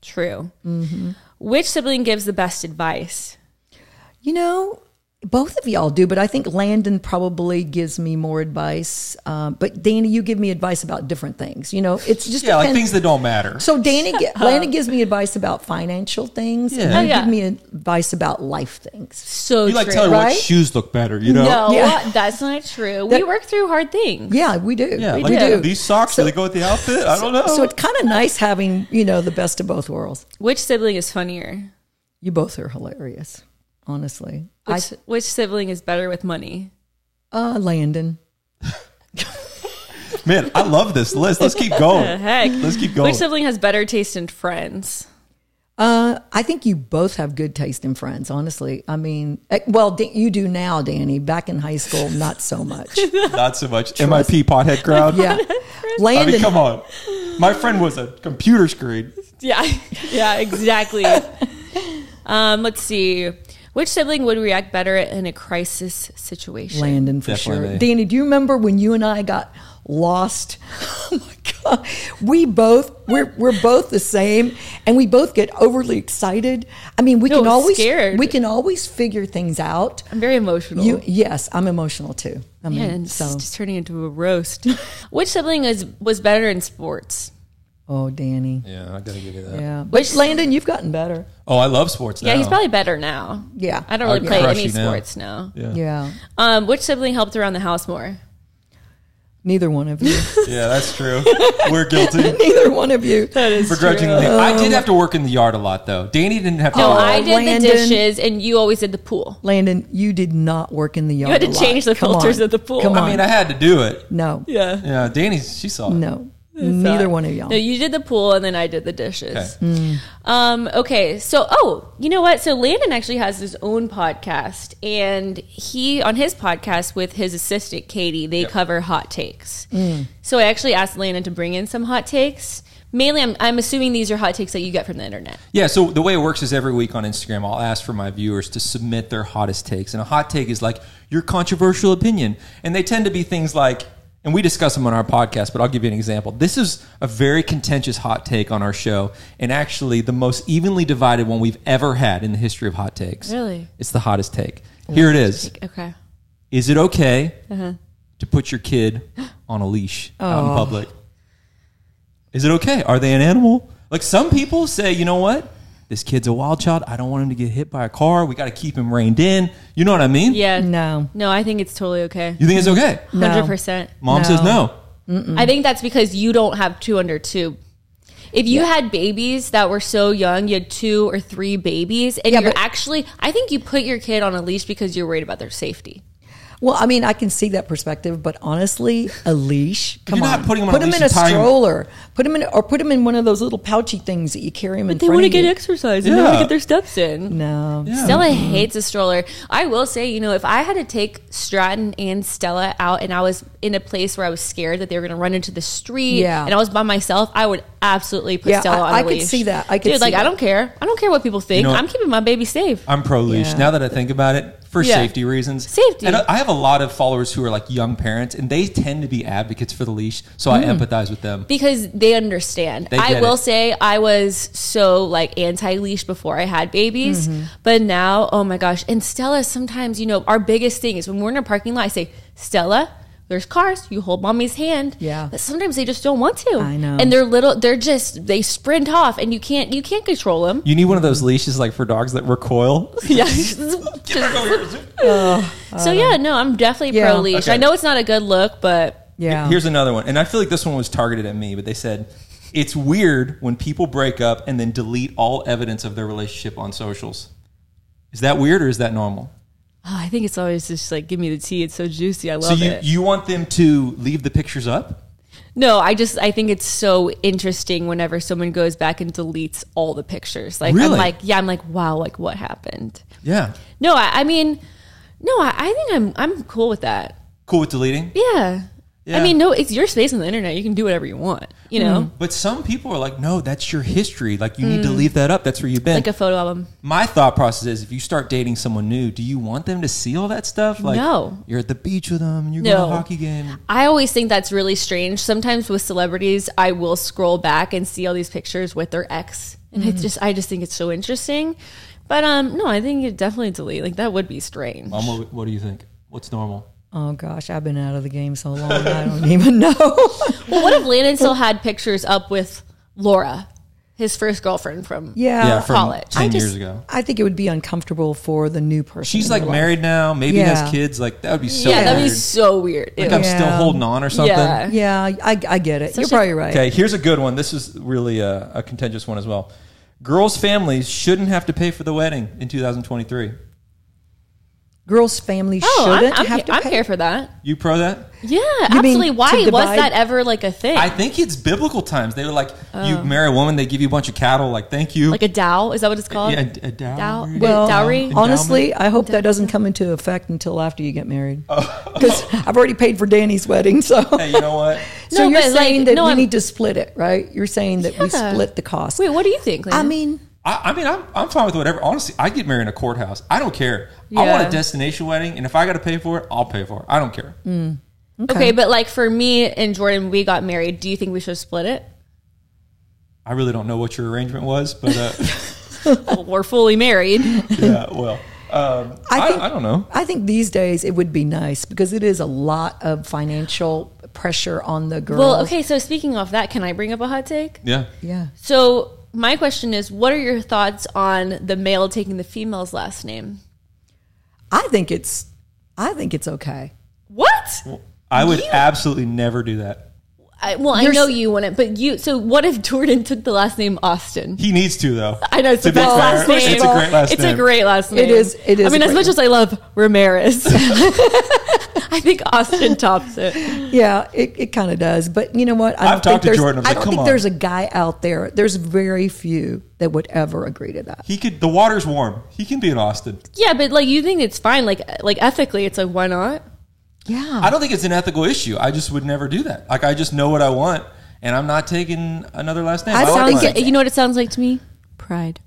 [SPEAKER 1] true. Mm-hmm. Which sibling gives the best advice?
[SPEAKER 3] You know, both of y'all do, but I think Landon probably gives me more advice. Um, but Danny, you give me advice about different things. You know, it's just
[SPEAKER 2] Yeah, like
[SPEAKER 3] depends-
[SPEAKER 2] things that don't matter.
[SPEAKER 3] So Danny, gi- Landon gives me advice about financial things, and
[SPEAKER 2] Yeah.
[SPEAKER 3] you
[SPEAKER 1] Oh, yeah.
[SPEAKER 3] give me advice about life things.
[SPEAKER 1] So
[SPEAKER 2] You like
[SPEAKER 1] true.
[SPEAKER 2] tell her
[SPEAKER 3] Right?
[SPEAKER 2] what shoes look better, you know?
[SPEAKER 1] No,
[SPEAKER 3] Yeah.
[SPEAKER 1] that's not true. we
[SPEAKER 3] That-
[SPEAKER 1] work through hard things.
[SPEAKER 3] Yeah, we do.
[SPEAKER 2] Yeah,
[SPEAKER 3] we
[SPEAKER 2] like
[SPEAKER 3] do.
[SPEAKER 2] these socks, do they go with the outfit? I don't know.
[SPEAKER 3] So it's kind of nice having you know the best of both worlds.
[SPEAKER 1] Which sibling is funnier?
[SPEAKER 3] You both are hilarious, honestly. I
[SPEAKER 1] Which, which sibling is better with money?
[SPEAKER 3] uh, Landon.
[SPEAKER 2] Man, I love this list. Let's keep going.
[SPEAKER 1] Heck,
[SPEAKER 2] Let's keep going.
[SPEAKER 1] Which sibling has better taste in friends?
[SPEAKER 3] Uh, I think you both have good taste in friends, honestly. I mean, eh, well, da- you do now, Danny. Back in high school, not so much.
[SPEAKER 2] Not so much. MIP pothead crowd.
[SPEAKER 3] Yeah.
[SPEAKER 2] I mean,
[SPEAKER 3] Landon,
[SPEAKER 2] come on. My friend was a computer screen.
[SPEAKER 1] Yeah, yeah, exactly. um, let's see. Which sibling would react better in a crisis situation?
[SPEAKER 3] Landon for
[SPEAKER 2] Definitely
[SPEAKER 3] sure.
[SPEAKER 2] me.
[SPEAKER 3] Danny, do you remember when you and I got lost? Oh my God. We both, we're, we're both the same and we both get overly excited. I mean, we
[SPEAKER 1] No,
[SPEAKER 3] can always,
[SPEAKER 1] scared.
[SPEAKER 3] we can always figure things out.
[SPEAKER 1] I'm very emotional. Mm-hmm.
[SPEAKER 3] You, yes, I'm emotional too. I mean,
[SPEAKER 1] Man, this is
[SPEAKER 3] so,
[SPEAKER 1] just turning into a roast. Which sibling is was better in sports?
[SPEAKER 3] oh, Danny.
[SPEAKER 2] Yeah, I gotta give you that.
[SPEAKER 3] Yeah. But Landon, you've gotten better.
[SPEAKER 2] Oh, I love sports now.
[SPEAKER 1] Yeah, he's probably better now.
[SPEAKER 3] Yeah.
[SPEAKER 1] I don't really
[SPEAKER 2] I'd
[SPEAKER 1] play
[SPEAKER 2] crush
[SPEAKER 1] any
[SPEAKER 2] you now.
[SPEAKER 1] sports now.
[SPEAKER 2] Yeah.
[SPEAKER 3] Yeah.
[SPEAKER 1] Um, which sibling helped around the house more?
[SPEAKER 3] Neither one of you.
[SPEAKER 2] Yeah, that's true. We're guilty.
[SPEAKER 3] Neither one of you.
[SPEAKER 2] Begrudgingly. I did have to work in the yard a lot though. Danny didn't have to
[SPEAKER 1] No,
[SPEAKER 2] work.
[SPEAKER 1] I did
[SPEAKER 3] Landon.
[SPEAKER 1] the dishes, and you always did the pool.
[SPEAKER 3] Landon, you did not work in the yard.
[SPEAKER 1] had to
[SPEAKER 3] a lot.
[SPEAKER 1] change the
[SPEAKER 3] Come
[SPEAKER 1] filters
[SPEAKER 3] on.
[SPEAKER 1] of the pool.
[SPEAKER 3] Come on.
[SPEAKER 2] I mean I had to do it.
[SPEAKER 3] no.
[SPEAKER 1] Yeah.
[SPEAKER 2] Yeah, Danny's she saw it.
[SPEAKER 3] No. Neither one of y'all.
[SPEAKER 1] No, you did the pool and then I did the dishes.
[SPEAKER 2] Okay.
[SPEAKER 1] Um, okay. So, oh, you know what? So Landon actually has his own podcast and he, on his podcast with his assistant, Katie, they
[SPEAKER 2] Yep. Mm.
[SPEAKER 1] cover hot takes. So I actually asked Landon to bring in some hot takes. Mainly, I'm, I'm assuming these are hot takes that you get from the internet.
[SPEAKER 2] Yeah, so the way it works is every week on Instagram, I'll ask for my viewers to submit their hottest takes. And a hot take is like your controversial opinion. And they tend to be things like, and we discuss them on our podcast, but I'll give you an example. This is a very contentious hot take on our show, and actually the most evenly divided one we've ever had in the history of hot takes.
[SPEAKER 1] Really?
[SPEAKER 2] It's the hottest take. Here it is
[SPEAKER 1] Okay.
[SPEAKER 2] Is it okay
[SPEAKER 1] Uh-huh.
[SPEAKER 2] to put your kid on a leash out
[SPEAKER 1] Oh.
[SPEAKER 2] in public? Is it okay? Are they an animal? Like some people say, you know what? This kid's a wild child. I don't want him to get hit by a car. We got to keep him reined in. You know what I mean?
[SPEAKER 1] Yeah.
[SPEAKER 3] No.
[SPEAKER 1] No, I think it's totally okay.
[SPEAKER 2] You think it's okay?
[SPEAKER 3] No.
[SPEAKER 1] 100%.
[SPEAKER 2] Mom
[SPEAKER 3] No.
[SPEAKER 2] says no.
[SPEAKER 1] I think that's because you don't have two under two. If you had babies that were so young, you had two or three babies, and
[SPEAKER 3] Yeah,
[SPEAKER 1] you're
[SPEAKER 3] but-
[SPEAKER 1] actually, I think you put your kid on a leash because you're worried about their safety.
[SPEAKER 3] Well, I mean, I can see that perspective, but honestly, a leash. Come
[SPEAKER 2] you're not
[SPEAKER 3] on,
[SPEAKER 2] putting him on
[SPEAKER 3] put
[SPEAKER 2] a
[SPEAKER 3] him
[SPEAKER 2] leash
[SPEAKER 3] in a
[SPEAKER 2] and tying him-
[SPEAKER 3] stroller. Put him in, or put him in one of those little pouchy things that you carry him in.
[SPEAKER 1] They
[SPEAKER 3] front
[SPEAKER 1] want to
[SPEAKER 3] of
[SPEAKER 1] get
[SPEAKER 3] you.
[SPEAKER 1] exercise and they want to
[SPEAKER 2] Yeah.
[SPEAKER 1] get their steps in.
[SPEAKER 3] No,
[SPEAKER 2] Yeah.
[SPEAKER 1] Stella hates a stroller. I will say, you know, if I had to take Stratton and Stella out and I was in a place where I was scared that they were going to run into the street
[SPEAKER 3] Yeah.
[SPEAKER 1] and I was by myself, I would absolutely put
[SPEAKER 3] Yeah,
[SPEAKER 1] Stella
[SPEAKER 3] I-
[SPEAKER 1] on a
[SPEAKER 3] I could
[SPEAKER 1] leash.
[SPEAKER 3] see that. I could
[SPEAKER 1] Dude,
[SPEAKER 3] see
[SPEAKER 1] like, I
[SPEAKER 3] that.
[SPEAKER 1] don't care. I don't care what people think.
[SPEAKER 2] know-
[SPEAKER 1] I'm keeping my baby safe.
[SPEAKER 2] I'm pro leash.
[SPEAKER 3] Yeah.
[SPEAKER 2] Now that I think about it, for
[SPEAKER 1] Yeah.
[SPEAKER 2] safety reasons.
[SPEAKER 1] Safety.
[SPEAKER 2] And I I have a lot of followers who are like young parents, and they tend to be advocates for the leash. So I
[SPEAKER 1] Mm.
[SPEAKER 2] empathize with them.
[SPEAKER 1] because they understand.
[SPEAKER 2] They
[SPEAKER 1] I
[SPEAKER 2] get
[SPEAKER 1] will
[SPEAKER 2] it.
[SPEAKER 1] say I was so like anti leash before I had babies,
[SPEAKER 2] Mm-hmm.
[SPEAKER 1] but now oh my gosh! And Stella, sometimes you know our biggest thing is when we're in a parking lot. I say Stella. There's cars. You hold mommy's hand.
[SPEAKER 3] Yeah.
[SPEAKER 1] but sometimes they just don't want to.
[SPEAKER 3] I know.
[SPEAKER 1] And they're little. They're just they sprint off, and you can't you can't control them.
[SPEAKER 2] You need one of those leashes like for dogs that recoil.
[SPEAKER 1] Yeah.
[SPEAKER 2] Uh, Over here.
[SPEAKER 1] so yeah, no, I'm definitely
[SPEAKER 3] Yeah.
[SPEAKER 1] pro leash.
[SPEAKER 2] Okay.
[SPEAKER 1] I know it's not a good look, but
[SPEAKER 3] yeah.
[SPEAKER 2] Here's another one. And I feel like this one was targeted at me, but they said it's weird when people break up and then delete all evidence of their relationship on socials. Is that weird or is that normal?
[SPEAKER 1] oh, I think it's always just like give me the tea. It's so juicy. I love
[SPEAKER 2] so you,
[SPEAKER 1] it.
[SPEAKER 2] you want them to leave the pictures up?
[SPEAKER 1] No, I just I think it's so interesting whenever someone goes back and deletes all the pictures. Like I'm
[SPEAKER 2] Really?
[SPEAKER 1] like, yeah, I'm like, wow, like what happened?
[SPEAKER 2] Yeah.
[SPEAKER 1] No, I, I mean, no, I, I think I'm I'm cool with that.
[SPEAKER 2] Cool with deleting?
[SPEAKER 1] Yeah. I
[SPEAKER 2] Yeah. Hmm.
[SPEAKER 1] mean, no, it's your space on the internet. You can do whatever you want. You know,
[SPEAKER 2] But some people are like, no, that's your history. Like you need to leave that up. That's where you've been.
[SPEAKER 1] Mm. like a photo album.
[SPEAKER 2] My thought process is if you start dating someone new, do you want them to see all that stuff? Like
[SPEAKER 1] No.
[SPEAKER 2] you're at the beach with them, and you're
[SPEAKER 1] No.
[SPEAKER 2] going to a hockey game.
[SPEAKER 1] I always think that's really strange. Sometimes with celebrities, I will scroll back and see all these pictures with their ex, and
[SPEAKER 2] Hmm.
[SPEAKER 1] I just I just think it's so interesting. But um, no, I think you definitely delete. Like that would be strange.
[SPEAKER 2] Mom, what, what do you think? What's normal?
[SPEAKER 3] Oh gosh, I've been out of the game so long, I don't even know.
[SPEAKER 1] Well, what if Landon still had pictures up with Laura, his first girlfriend from?
[SPEAKER 3] yeah,
[SPEAKER 2] yeah, from
[SPEAKER 1] call it.
[SPEAKER 2] 10
[SPEAKER 3] I just-
[SPEAKER 2] years ago.
[SPEAKER 3] I think it would be uncomfortable for the new person.
[SPEAKER 2] She's
[SPEAKER 3] in
[SPEAKER 2] like
[SPEAKER 3] your life.
[SPEAKER 2] married now, maybe
[SPEAKER 3] Yeah.
[SPEAKER 2] has kids. Like that would be so
[SPEAKER 1] yeah, that'd be
[SPEAKER 2] weird.
[SPEAKER 1] so weird. Ew.
[SPEAKER 2] like I'm still
[SPEAKER 3] Yeah.
[SPEAKER 2] holding on or something.
[SPEAKER 1] Yeah.
[SPEAKER 3] Yeah, I, I get it. You're
[SPEAKER 1] she-
[SPEAKER 3] probably right.
[SPEAKER 2] Okay, here's a good one. This is really a, a contentious one as well. Girls' families shouldn't have to pay for the wedding in 2023.
[SPEAKER 3] Girls' families
[SPEAKER 1] Oh, I'm,
[SPEAKER 3] shouldn't
[SPEAKER 1] I'm,
[SPEAKER 3] have
[SPEAKER 1] he-
[SPEAKER 3] to
[SPEAKER 1] I'm
[SPEAKER 3] pay.
[SPEAKER 1] here for that.
[SPEAKER 2] You pro that?
[SPEAKER 1] Yeah,
[SPEAKER 3] mean
[SPEAKER 1] absolutely.
[SPEAKER 3] to
[SPEAKER 1] Why was
[SPEAKER 3] divide-
[SPEAKER 1] that ever like a thing?
[SPEAKER 2] I think it's biblical times. They were like, you marry a woman, they give you a bunch of cattle. Like, thank you.
[SPEAKER 1] Oh. like a dow? Is that what it's called?
[SPEAKER 2] yeah, a, a dowry.
[SPEAKER 1] Dow-
[SPEAKER 3] Well,
[SPEAKER 1] dowry.
[SPEAKER 2] Endowment?
[SPEAKER 3] honestly, I hope that doesn't come into effect until after you get married. Because I've already paid for Danny's wedding, so
[SPEAKER 2] Oh. Hey, you know what?
[SPEAKER 3] so
[SPEAKER 1] No,
[SPEAKER 3] you're
[SPEAKER 1] but, like,
[SPEAKER 3] saying that
[SPEAKER 1] no,
[SPEAKER 3] we
[SPEAKER 1] I'm-
[SPEAKER 3] need to split it, right? You're saying that we
[SPEAKER 1] Yeah.
[SPEAKER 3] split the cost.
[SPEAKER 1] Wait, what do you think?
[SPEAKER 3] I
[SPEAKER 1] Landon?
[SPEAKER 3] mean,
[SPEAKER 2] I, I mean, I'm, I'm fine with whatever. Honestly, I get married in a courthouse. I don't care. I want
[SPEAKER 1] Yeah.
[SPEAKER 2] a destination wedding, and if I got to pay for it, I'll pay for it. I don't care.
[SPEAKER 1] okay. but like for me and Jordan, we got married. Do you think we should split it?
[SPEAKER 2] I really don't know what your arrangement was, but uh,
[SPEAKER 1] Well, we're fully married.
[SPEAKER 2] yeah, well, um, I,
[SPEAKER 3] think-
[SPEAKER 2] I, don't know.
[SPEAKER 3] I think these days it would be nice because it is a lot of financial pressure on the girls.
[SPEAKER 1] well, okay. So speaking of that, can I bring up a hot take?
[SPEAKER 2] Yeah.
[SPEAKER 3] Yeah.
[SPEAKER 1] So my question is, what are your thoughts on the male taking the female's last name?
[SPEAKER 3] I think it's I think it's okay.
[SPEAKER 1] What?
[SPEAKER 2] I would absolutely never do that.
[SPEAKER 1] I, well, I
[SPEAKER 3] You're
[SPEAKER 1] know
[SPEAKER 3] s-
[SPEAKER 1] you want it, but you. So what if Jordan took the last name Austin?
[SPEAKER 2] He needs to though.
[SPEAKER 1] I know it's
[SPEAKER 2] To
[SPEAKER 1] the
[SPEAKER 2] be
[SPEAKER 1] best
[SPEAKER 2] fair,
[SPEAKER 1] last name.
[SPEAKER 2] It's a great last
[SPEAKER 1] It's
[SPEAKER 2] name.
[SPEAKER 1] a great last name.
[SPEAKER 3] is- it is
[SPEAKER 1] I mean,
[SPEAKER 3] a
[SPEAKER 1] as
[SPEAKER 3] great
[SPEAKER 1] much as I love Ramirez, I think Austin tops it.
[SPEAKER 3] Yeah, it, it kind of does. But you know what? I
[SPEAKER 2] I've talked to
[SPEAKER 3] there's,
[SPEAKER 2] Jordan. I was
[SPEAKER 3] I
[SPEAKER 2] like,
[SPEAKER 3] don't
[SPEAKER 2] "Come
[SPEAKER 3] think
[SPEAKER 2] on."
[SPEAKER 3] there's a guy out there. There's very few that would ever agree to that.
[SPEAKER 2] He could. The water's warm. He can be in Austin.
[SPEAKER 1] Yeah, but like you think it's fine. Like like ethically, it's like why not?
[SPEAKER 3] Yeah.
[SPEAKER 2] I don't think it's an ethical issue. I just would never do that. Like I just know what I want, and I'm not taking another last name.
[SPEAKER 3] I
[SPEAKER 2] like
[SPEAKER 3] sound
[SPEAKER 2] mine.
[SPEAKER 3] like-
[SPEAKER 1] You know what it sounds like to me? Pride,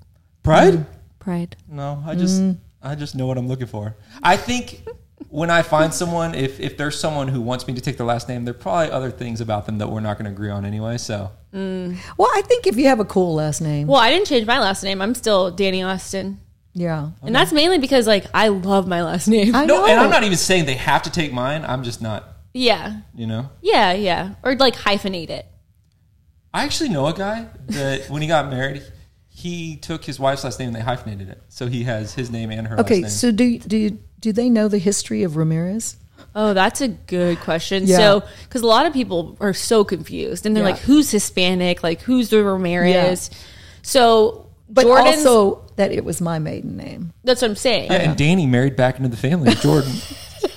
[SPEAKER 2] pride.
[SPEAKER 1] pride.
[SPEAKER 2] No, I just
[SPEAKER 3] Mm.
[SPEAKER 2] I just know what I'm looking for. I think when I find someone, if if there's someone who wants me to take their last name, there are probably other things about them that we're not going to agree on anyway. So
[SPEAKER 3] well, I think if you have a cool last name,
[SPEAKER 1] Well, I didn't change my last name. I'm still Danny Austin,
[SPEAKER 3] yeah.
[SPEAKER 1] and that's mainly because like I love my last name.
[SPEAKER 3] I
[SPEAKER 2] no,
[SPEAKER 3] know.
[SPEAKER 2] and I'm not even saying they have to take mine. I'm just not.
[SPEAKER 1] yeah,
[SPEAKER 2] You know,
[SPEAKER 1] yeah, yeah, or like hyphenate it.
[SPEAKER 2] I actually know a guy that when he got married, he took his wife's last name and they hyphenated it, so he has his name and her
[SPEAKER 3] Okay,
[SPEAKER 2] last name.
[SPEAKER 3] so do do do they know the history of Ramirez?
[SPEAKER 1] Oh, that's a good question.
[SPEAKER 3] Yeah.
[SPEAKER 1] So, because a lot of people are so confused, and they're
[SPEAKER 3] Yeah.
[SPEAKER 1] like, "Who's Hispanic? Like, who's the Ramirez?" So,
[SPEAKER 3] But
[SPEAKER 1] Jordan's-
[SPEAKER 3] also that it was my maiden name.
[SPEAKER 1] that's what I'm saying.
[SPEAKER 2] yeah, and Danny married back into the family of Jordan,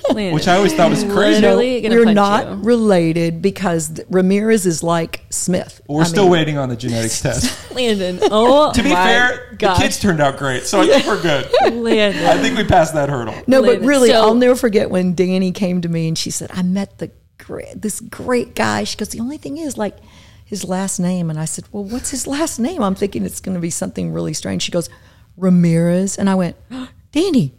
[SPEAKER 1] Landon.
[SPEAKER 2] which I always thought was crazy.
[SPEAKER 1] Literally gonna
[SPEAKER 3] We're
[SPEAKER 1] punch
[SPEAKER 3] not
[SPEAKER 1] you.
[SPEAKER 3] related because th- Ramirez is like Smith.
[SPEAKER 2] We're
[SPEAKER 3] I
[SPEAKER 2] still
[SPEAKER 3] mean,
[SPEAKER 2] waiting on the genetics test.
[SPEAKER 1] Landon. Oh,
[SPEAKER 2] to be
[SPEAKER 1] my
[SPEAKER 2] fair,
[SPEAKER 1] gosh.
[SPEAKER 2] the kids turned out great, so I think we're good.
[SPEAKER 1] Landon.
[SPEAKER 2] I think we passed that hurdle.
[SPEAKER 3] No, but
[SPEAKER 1] related.
[SPEAKER 3] really,
[SPEAKER 1] So-
[SPEAKER 3] I'll never forget when Danny came to me and she said, "I met the great, this great guy." She goes, "The only thing is like his last name," and I said, "Well, what's his last name?" I'm thinking it's going to be something really strange. She goes, "Ramirez," and I went, "Danny,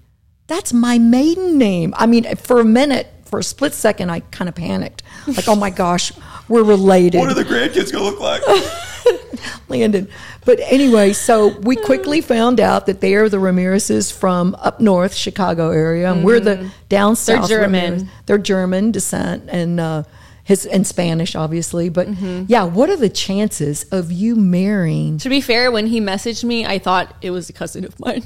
[SPEAKER 3] that's my maiden name." I mean, for a minute, for a split second, I kind of panicked, like, "Oh my gosh, we're related."
[SPEAKER 2] What are the grandkids gonna look like?
[SPEAKER 3] Landon. But anyway, so we quickly found out that they are the Ramirez's from up north, Chicago area, and we're the down south.
[SPEAKER 1] Mm-hmm. German.
[SPEAKER 3] Ramirez. They're German descent and uh, his and Spanish, obviously. But
[SPEAKER 1] Mm-hmm.
[SPEAKER 3] yeah, what are the chances of you marrying?
[SPEAKER 1] To be fair, when he messaged me, I thought it was a cousin of mine.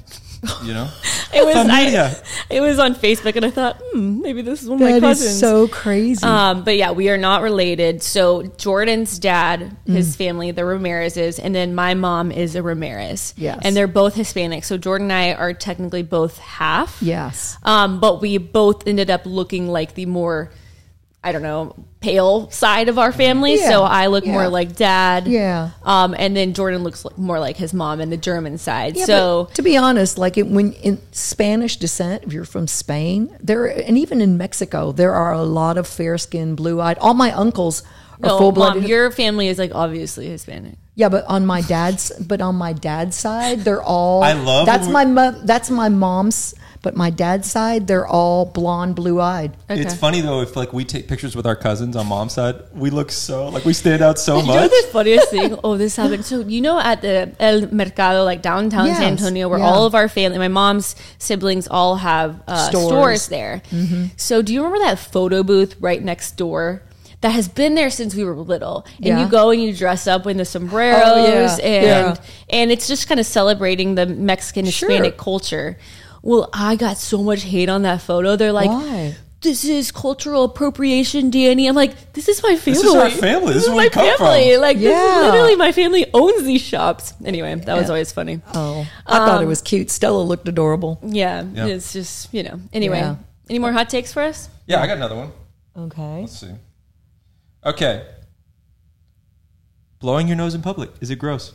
[SPEAKER 2] You know,
[SPEAKER 1] It was I,
[SPEAKER 2] Familia.
[SPEAKER 1] it was on Facebook, and I thought, hmm, maybe this is one of my
[SPEAKER 3] That
[SPEAKER 1] cousins.
[SPEAKER 3] is so crazy.
[SPEAKER 1] Um, but yeah, we are not related. So Jordan's dad,
[SPEAKER 3] Mm.
[SPEAKER 1] his family, the Ramirez's, and then my mom is a Ramirez.
[SPEAKER 3] Yes.
[SPEAKER 1] And they're both Hispanic. So Jordan and I are technically both half.
[SPEAKER 3] yes.
[SPEAKER 1] Um, but we both ended up looking like the more, I don't know, pale side of our family.
[SPEAKER 3] Yeah.
[SPEAKER 1] So I look
[SPEAKER 3] Yeah.
[SPEAKER 1] more like dad.
[SPEAKER 3] Yeah.
[SPEAKER 1] Um, and then Jordan looks like, more like his mom and the German side.
[SPEAKER 3] Yeah,
[SPEAKER 1] so
[SPEAKER 3] but to be honest, like it, when in Spanish descent, if you're from Spain, there and even in Mexico, there are a lot of fair skinned, blue eyed. All my uncles are
[SPEAKER 1] no,
[SPEAKER 3] full
[SPEAKER 1] mom,
[SPEAKER 3] blooded.
[SPEAKER 1] your family is like obviously Hispanic.
[SPEAKER 3] Yeah, but on my dad's, but on my dad's side, they're all.
[SPEAKER 2] I love
[SPEAKER 3] that's
[SPEAKER 2] when
[SPEAKER 3] my mo- that's my mom's, but my dad's side, they're all blonde, blue eyed.
[SPEAKER 2] it's funny though if like we take pictures with our cousins on mom's side, we look so like we stand out so
[SPEAKER 1] You know
[SPEAKER 2] much.
[SPEAKER 1] the funniest thing? Oh, this happened. So you know, at the El Mercado, like downtown
[SPEAKER 3] Yes,
[SPEAKER 1] San Antonio, where
[SPEAKER 3] yeah.
[SPEAKER 1] all of our family, my mom's siblings, all have uh,
[SPEAKER 3] Stores. Mm-hmm.
[SPEAKER 1] stores. there. So do you remember that photo booth right next door? That has been there since we were little, and
[SPEAKER 3] Yeah. Oh,
[SPEAKER 1] you go and you dress up in the sombreros,
[SPEAKER 3] yeah,
[SPEAKER 1] and
[SPEAKER 3] yeah.
[SPEAKER 1] and it's just kind of celebrating the Mexican
[SPEAKER 3] Sure.
[SPEAKER 1] Hispanic culture. Well, I got so much hate on that photo. They're like,
[SPEAKER 3] Why?
[SPEAKER 1] "This is cultural appropriation, Danny." I'm like, "This is my family.
[SPEAKER 2] is our family. This is where we come from."
[SPEAKER 1] family. Like, this is
[SPEAKER 3] Yeah.
[SPEAKER 1] literally, my family owns these shops. Anyway, that was always funny.
[SPEAKER 3] Oh, I thought it
[SPEAKER 1] Um,
[SPEAKER 3] was cute. Stella looked adorable.
[SPEAKER 1] Yeah,
[SPEAKER 2] Yeah.
[SPEAKER 1] it's just you know. Anyway,
[SPEAKER 3] Yeah.
[SPEAKER 1] any more hot takes for us?
[SPEAKER 2] yeah, I got another one.
[SPEAKER 3] Okay,
[SPEAKER 2] Let's see. Okay, blowing your nose in public is it gross?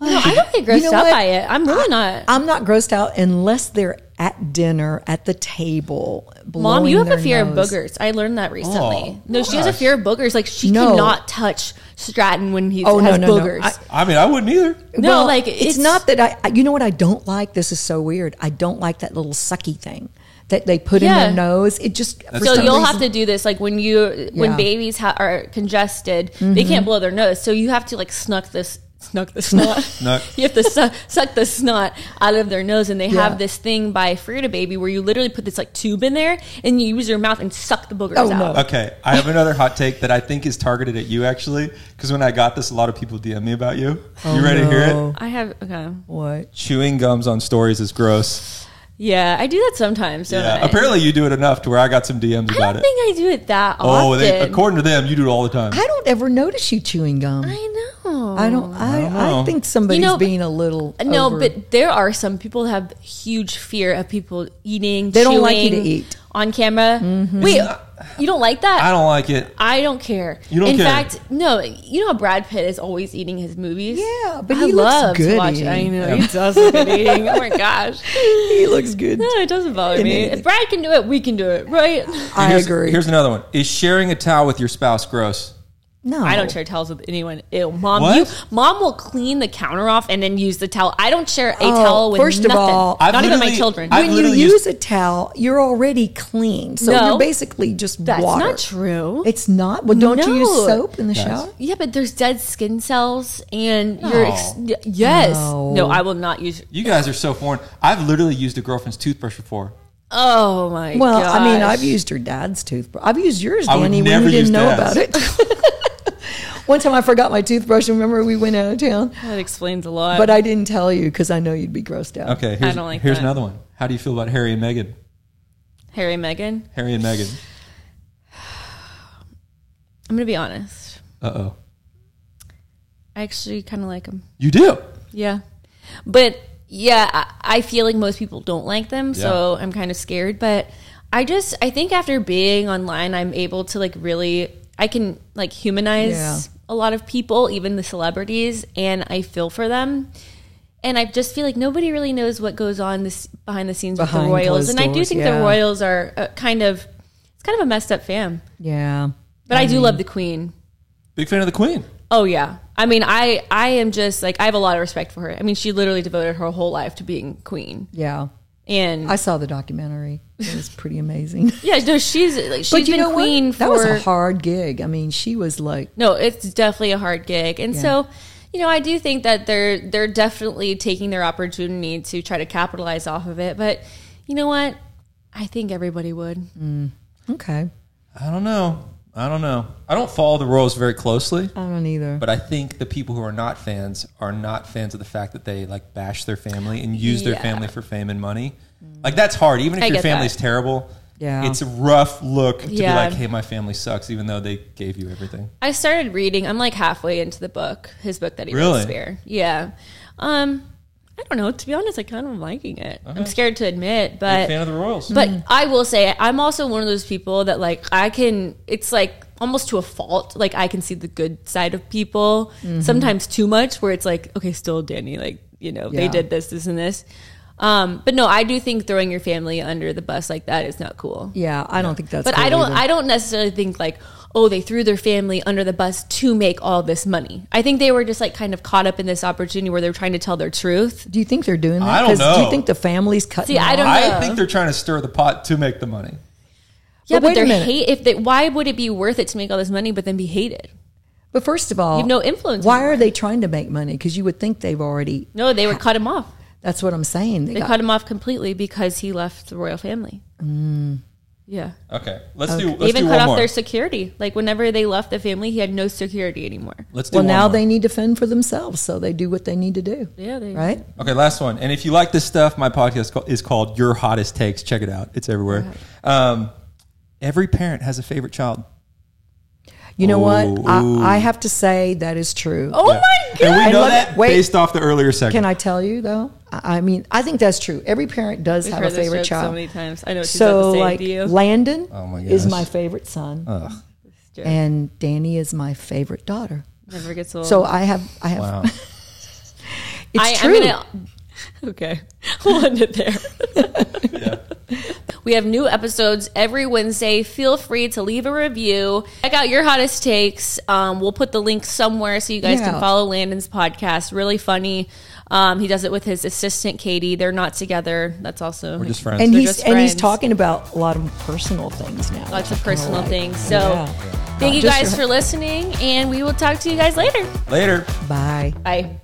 [SPEAKER 1] No, I don't get grossed
[SPEAKER 3] You know
[SPEAKER 1] out
[SPEAKER 3] what?
[SPEAKER 1] by it. I'm really not.
[SPEAKER 3] I'm not grossed out unless they're at dinner at the table.
[SPEAKER 1] Mom, you have
[SPEAKER 3] blowing
[SPEAKER 1] a
[SPEAKER 3] their
[SPEAKER 1] fear
[SPEAKER 3] nose.
[SPEAKER 1] of boogers. I learned that recently.
[SPEAKER 2] Oh,
[SPEAKER 1] no, she has a
[SPEAKER 2] gosh.
[SPEAKER 1] fear of boogers. Like she
[SPEAKER 3] No.
[SPEAKER 1] cannot touch Stratton when he
[SPEAKER 3] Oh no,
[SPEAKER 1] has
[SPEAKER 3] no,
[SPEAKER 1] boogers.
[SPEAKER 3] no! I-
[SPEAKER 2] I mean, I wouldn't either.
[SPEAKER 1] No,
[SPEAKER 3] Well,
[SPEAKER 1] like
[SPEAKER 3] it's, not that I, I. You know what I don't like? This is so weird. I don't like that little sucky thing that they put in
[SPEAKER 1] Yeah.
[SPEAKER 3] their nose. It just for
[SPEAKER 1] so
[SPEAKER 3] some
[SPEAKER 1] you'll
[SPEAKER 3] reason-
[SPEAKER 1] have to do this like when you
[SPEAKER 3] Yeah. Mm-hmm.
[SPEAKER 1] when babies ha- are congested they can't blow their nose so you have to like snuck this snuck the snot
[SPEAKER 2] Snuck.
[SPEAKER 1] you have to su- suck the snot out of their nose and they
[SPEAKER 3] Yeah.
[SPEAKER 1] have this thing by Frida Baby where you literally put this like tube in there and you use your mouth and suck the boogers
[SPEAKER 3] Oh,
[SPEAKER 1] out
[SPEAKER 3] no.
[SPEAKER 2] Okay, I have another hot take that I think is targeted at you actually, because when I got this, a lot of people DM me about you. you ready to hear it?
[SPEAKER 3] Oh, no.
[SPEAKER 1] I have okay
[SPEAKER 3] What?
[SPEAKER 2] Chewing gums on stories is gross.
[SPEAKER 1] Yeah, I do that sometimes. Don't
[SPEAKER 2] Yeah.
[SPEAKER 1] I?
[SPEAKER 2] Apparently, you do it enough to where I got some DMs
[SPEAKER 1] I
[SPEAKER 2] about
[SPEAKER 1] don't
[SPEAKER 2] it.
[SPEAKER 1] think I do it that
[SPEAKER 2] oh,
[SPEAKER 1] often.
[SPEAKER 2] they, according to them, you do it all the time.
[SPEAKER 3] I don't ever notice you chewing gum. I,
[SPEAKER 1] I know.
[SPEAKER 3] don't. I,
[SPEAKER 2] don't
[SPEAKER 3] I,
[SPEAKER 2] know.
[SPEAKER 3] think somebody's
[SPEAKER 1] Oh. You know, uh,
[SPEAKER 3] being a little.
[SPEAKER 1] No,
[SPEAKER 3] over-
[SPEAKER 1] but there are some people that have huge fear of people eating.
[SPEAKER 3] They don't like you to
[SPEAKER 1] chewing
[SPEAKER 3] eat. Mm-hmm.
[SPEAKER 1] on camera. Wait, you don't like that?
[SPEAKER 2] I don't like it.
[SPEAKER 1] I don't care.
[SPEAKER 2] You don't
[SPEAKER 1] In
[SPEAKER 2] care.
[SPEAKER 1] fact, no. You know how Brad Pitt is always eating his movies.
[SPEAKER 3] Yeah, but
[SPEAKER 1] I
[SPEAKER 3] he looks
[SPEAKER 1] love
[SPEAKER 3] good
[SPEAKER 1] to watch. it. I
[SPEAKER 3] eating.
[SPEAKER 1] know he does look good eating. Oh my gosh,
[SPEAKER 3] he looks good.
[SPEAKER 1] no, it doesn't bother me. If Brad can do it, we can do it, right?
[SPEAKER 2] Oh.
[SPEAKER 3] I
[SPEAKER 2] here's,
[SPEAKER 3] agree.
[SPEAKER 2] Here's another one: Is sharing a towel with your spouse gross?
[SPEAKER 3] no,
[SPEAKER 1] I don't share towels with anyone. Ew, mom,
[SPEAKER 2] What?
[SPEAKER 1] you mom will clean the counter off and then use the towel. I don't share a towel with
[SPEAKER 3] Oh, first of
[SPEAKER 1] nothing.
[SPEAKER 3] all,
[SPEAKER 2] I've
[SPEAKER 1] not even my
[SPEAKER 2] literally-
[SPEAKER 1] children.
[SPEAKER 2] I've
[SPEAKER 3] When you
[SPEAKER 2] literally
[SPEAKER 3] use
[SPEAKER 2] used-
[SPEAKER 3] a towel, you're already clean, so
[SPEAKER 1] No.
[SPEAKER 3] you're basically just
[SPEAKER 1] That's
[SPEAKER 3] water.
[SPEAKER 1] not true.
[SPEAKER 3] It's not. Well, don't you use
[SPEAKER 1] No.
[SPEAKER 3] soap in the
[SPEAKER 2] Guys.
[SPEAKER 3] shower?
[SPEAKER 1] Yeah, but there's dead skin cells, and you're ex- y- yes.
[SPEAKER 3] No.
[SPEAKER 1] No. I will not use.
[SPEAKER 2] You guys are so foreign. I've literally used a girlfriend's toothbrush before.
[SPEAKER 1] Oh my.
[SPEAKER 3] Well, I mean,
[SPEAKER 1] gosh.
[SPEAKER 3] I've used her dad's toothbrush. I've used yours,
[SPEAKER 2] I would
[SPEAKER 3] Danny, when
[SPEAKER 2] never
[SPEAKER 3] you
[SPEAKER 2] use
[SPEAKER 3] didn't know
[SPEAKER 2] dad's.
[SPEAKER 3] about it. One time I forgot my toothbrush. and Remember, we went out of town,
[SPEAKER 1] that explains a lot.
[SPEAKER 3] but I didn't tell you because I know you'd be grossed out.
[SPEAKER 2] Okay, here's,
[SPEAKER 1] don't like
[SPEAKER 2] here's
[SPEAKER 1] that.
[SPEAKER 2] another one. How do you feel about Harry and Meghan?
[SPEAKER 1] Harry, Megan,
[SPEAKER 2] Harry and Meghan.
[SPEAKER 1] I'm gonna be honest.
[SPEAKER 2] Uh oh.
[SPEAKER 1] I actually kind of like them.
[SPEAKER 2] You do.
[SPEAKER 1] Yeah, but yeah, I, I feel like most people don't like them, so I'm kind of scared. But I just, I think after being online, I'm able to like really, I can like humanize
[SPEAKER 3] Yeah.
[SPEAKER 1] a lot of people, even the celebrities, and I feel for them. And I just feel like nobody really knows what goes on this behind the scenes
[SPEAKER 3] Behind
[SPEAKER 1] with the Royals,
[SPEAKER 3] closed
[SPEAKER 1] and I do
[SPEAKER 3] doors,
[SPEAKER 1] think
[SPEAKER 3] yeah.
[SPEAKER 1] the Royals are uh kind of, it's kind of a messed up fam.
[SPEAKER 3] Yeah.
[SPEAKER 1] But I do love the Queen.
[SPEAKER 2] Big fan of the Queen.
[SPEAKER 1] Oh yeah. I mean, I I am just like I have a lot of respect for her. I mean, she literally devoted her whole life to being queen.
[SPEAKER 3] Yeah.
[SPEAKER 1] And
[SPEAKER 3] I saw the documentary. It was pretty amazing.
[SPEAKER 1] yeah, no, she's like she's
[SPEAKER 3] but you
[SPEAKER 1] been
[SPEAKER 3] know what?
[SPEAKER 1] queen for
[SPEAKER 3] that was a hard gig. I mean, she was like,
[SPEAKER 1] No, it's definitely a hard gig. And so, you know, I do think that they're they're definitely taking their opportunity to try to capitalize off of it, but you know what? I think everybody would.
[SPEAKER 3] Mm. okay,
[SPEAKER 2] I don't know. I don't know. I don't follow the Royals very closely,
[SPEAKER 3] I don't either.
[SPEAKER 2] but I think the people who are not fans are not fans of the fact that they like bash their family and use their
[SPEAKER 1] Yeah.
[SPEAKER 2] family for fame and money. Like that's hard. Even if
[SPEAKER 1] I
[SPEAKER 2] your
[SPEAKER 1] get
[SPEAKER 2] family's
[SPEAKER 1] that.
[SPEAKER 2] terrible,
[SPEAKER 3] Yeah.
[SPEAKER 2] it's a rough look to
[SPEAKER 1] Yeah.
[SPEAKER 2] be like, hey, my family sucks, even though they gave you everything.
[SPEAKER 1] I started reading. I'm like halfway into the book, his book that he
[SPEAKER 2] Really?
[SPEAKER 1] wrote Spare. Yeah. Um I don't know. To be honest, I kind of am liking it. I'm scared to admit,
[SPEAKER 2] Big
[SPEAKER 1] but
[SPEAKER 2] fan of the Royals.
[SPEAKER 1] But
[SPEAKER 3] Mm.
[SPEAKER 1] I will say, I'm also one of those people that like I can. It's like almost to a fault. Like I can see the good side of people
[SPEAKER 3] Mm-hmm.
[SPEAKER 1] sometimes too much, where it's like, okay, still Danny, like you know they
[SPEAKER 3] Yeah.
[SPEAKER 1] did this, this, and this. Um, but no, I do think throwing your family under the bus like that is not cool.
[SPEAKER 3] yeah, I don't think that's.
[SPEAKER 1] but
[SPEAKER 3] cool
[SPEAKER 1] I don't.
[SPEAKER 3] either.
[SPEAKER 1] I don't necessarily think like, oh, they threw their family under the bus to make all this money. I think they were just like kind of caught up in this opportunity where they're trying to tell their truth.
[SPEAKER 3] do you think they're doing that?
[SPEAKER 2] I don't
[SPEAKER 3] 'Cause Do
[SPEAKER 2] know.
[SPEAKER 3] you think the family's cutting?
[SPEAKER 1] See, I
[SPEAKER 3] off?
[SPEAKER 1] don't
[SPEAKER 2] I
[SPEAKER 1] know.
[SPEAKER 2] think they're trying to stir the pot to make the money.
[SPEAKER 1] Yeah,
[SPEAKER 3] But
[SPEAKER 1] but,
[SPEAKER 3] wait a
[SPEAKER 1] they're
[SPEAKER 3] minute.
[SPEAKER 1] hate. If they, why would it be worth it to make all this money, but then be hated?
[SPEAKER 3] But first of all,
[SPEAKER 1] You've no influence
[SPEAKER 3] Why
[SPEAKER 1] anymore.
[SPEAKER 3] are they trying to make money? Because you would think they've already.
[SPEAKER 1] No, they were cut him off.
[SPEAKER 3] That's what I'm saying.
[SPEAKER 1] They cut him off completely because he left the royal family.
[SPEAKER 3] Mm.
[SPEAKER 1] Yeah,
[SPEAKER 2] Okay, let's do. Let's
[SPEAKER 1] they even
[SPEAKER 2] do
[SPEAKER 1] cut
[SPEAKER 2] one
[SPEAKER 1] off
[SPEAKER 2] more.
[SPEAKER 1] their security. Like whenever they left the family, he had no security anymore.
[SPEAKER 2] Let's do
[SPEAKER 3] well,
[SPEAKER 2] one
[SPEAKER 3] now
[SPEAKER 2] more.
[SPEAKER 3] they need to fend for themselves, so they do what they need to do.
[SPEAKER 1] Yeah, they
[SPEAKER 3] Right?
[SPEAKER 2] Okay, last one. And if you like this stuff, my podcast ca- is called Your Hottest Takes. Check it out; it's everywhere. Um, every parent has a favorite child.
[SPEAKER 3] You know
[SPEAKER 2] Ooh.
[SPEAKER 3] what? I, I have to say that is true.
[SPEAKER 1] Oh
[SPEAKER 2] Yeah.
[SPEAKER 1] my
[SPEAKER 2] And
[SPEAKER 1] god!
[SPEAKER 2] we
[SPEAKER 3] And
[SPEAKER 2] know
[SPEAKER 3] let me-
[SPEAKER 2] that
[SPEAKER 3] wait.
[SPEAKER 2] based off the earlier
[SPEAKER 3] Can
[SPEAKER 2] segment.
[SPEAKER 3] I tell you though? I I mean, I think that's true. Every parent does
[SPEAKER 1] We've
[SPEAKER 3] have a
[SPEAKER 1] heard this
[SPEAKER 3] favorite
[SPEAKER 1] joke
[SPEAKER 3] child.
[SPEAKER 1] so many times. I know what she's about to
[SPEAKER 3] So,
[SPEAKER 1] say
[SPEAKER 3] like
[SPEAKER 1] to you.
[SPEAKER 3] Landon
[SPEAKER 2] Oh my
[SPEAKER 3] is
[SPEAKER 2] gosh.
[SPEAKER 3] my favorite son,
[SPEAKER 2] Ugh.
[SPEAKER 1] joke.
[SPEAKER 3] and Danny is my favorite daughter.
[SPEAKER 1] Never gets old.
[SPEAKER 3] So I have, I have.
[SPEAKER 2] Wow.
[SPEAKER 3] It's
[SPEAKER 1] Oh. I,
[SPEAKER 3] true.
[SPEAKER 1] I'm gonna, okay, we'll end it there.
[SPEAKER 2] Yeah.
[SPEAKER 1] We have new episodes every Wednesday. Feel free to leave a review. Check out your hottest takes. Um, we'll put the link somewhere so you guys can
[SPEAKER 3] Yeah.
[SPEAKER 1] follow Landon's podcast. Really funny. Um, he does it with his assistant Katie. They're not together. That's also
[SPEAKER 2] We're just friends.
[SPEAKER 3] and
[SPEAKER 1] They're
[SPEAKER 3] he's
[SPEAKER 1] just
[SPEAKER 3] and he's
[SPEAKER 1] friends.
[SPEAKER 3] talking about a lot of personal things now.
[SPEAKER 1] lots
[SPEAKER 3] which
[SPEAKER 1] of
[SPEAKER 3] I kinda
[SPEAKER 1] personal
[SPEAKER 3] like.
[SPEAKER 1] things. So
[SPEAKER 3] Yeah.
[SPEAKER 1] thank you
[SPEAKER 3] Just
[SPEAKER 1] guys
[SPEAKER 3] your-
[SPEAKER 1] for listening, and we will talk to you guys later.
[SPEAKER 2] Later.
[SPEAKER 3] Bye.
[SPEAKER 1] Bye.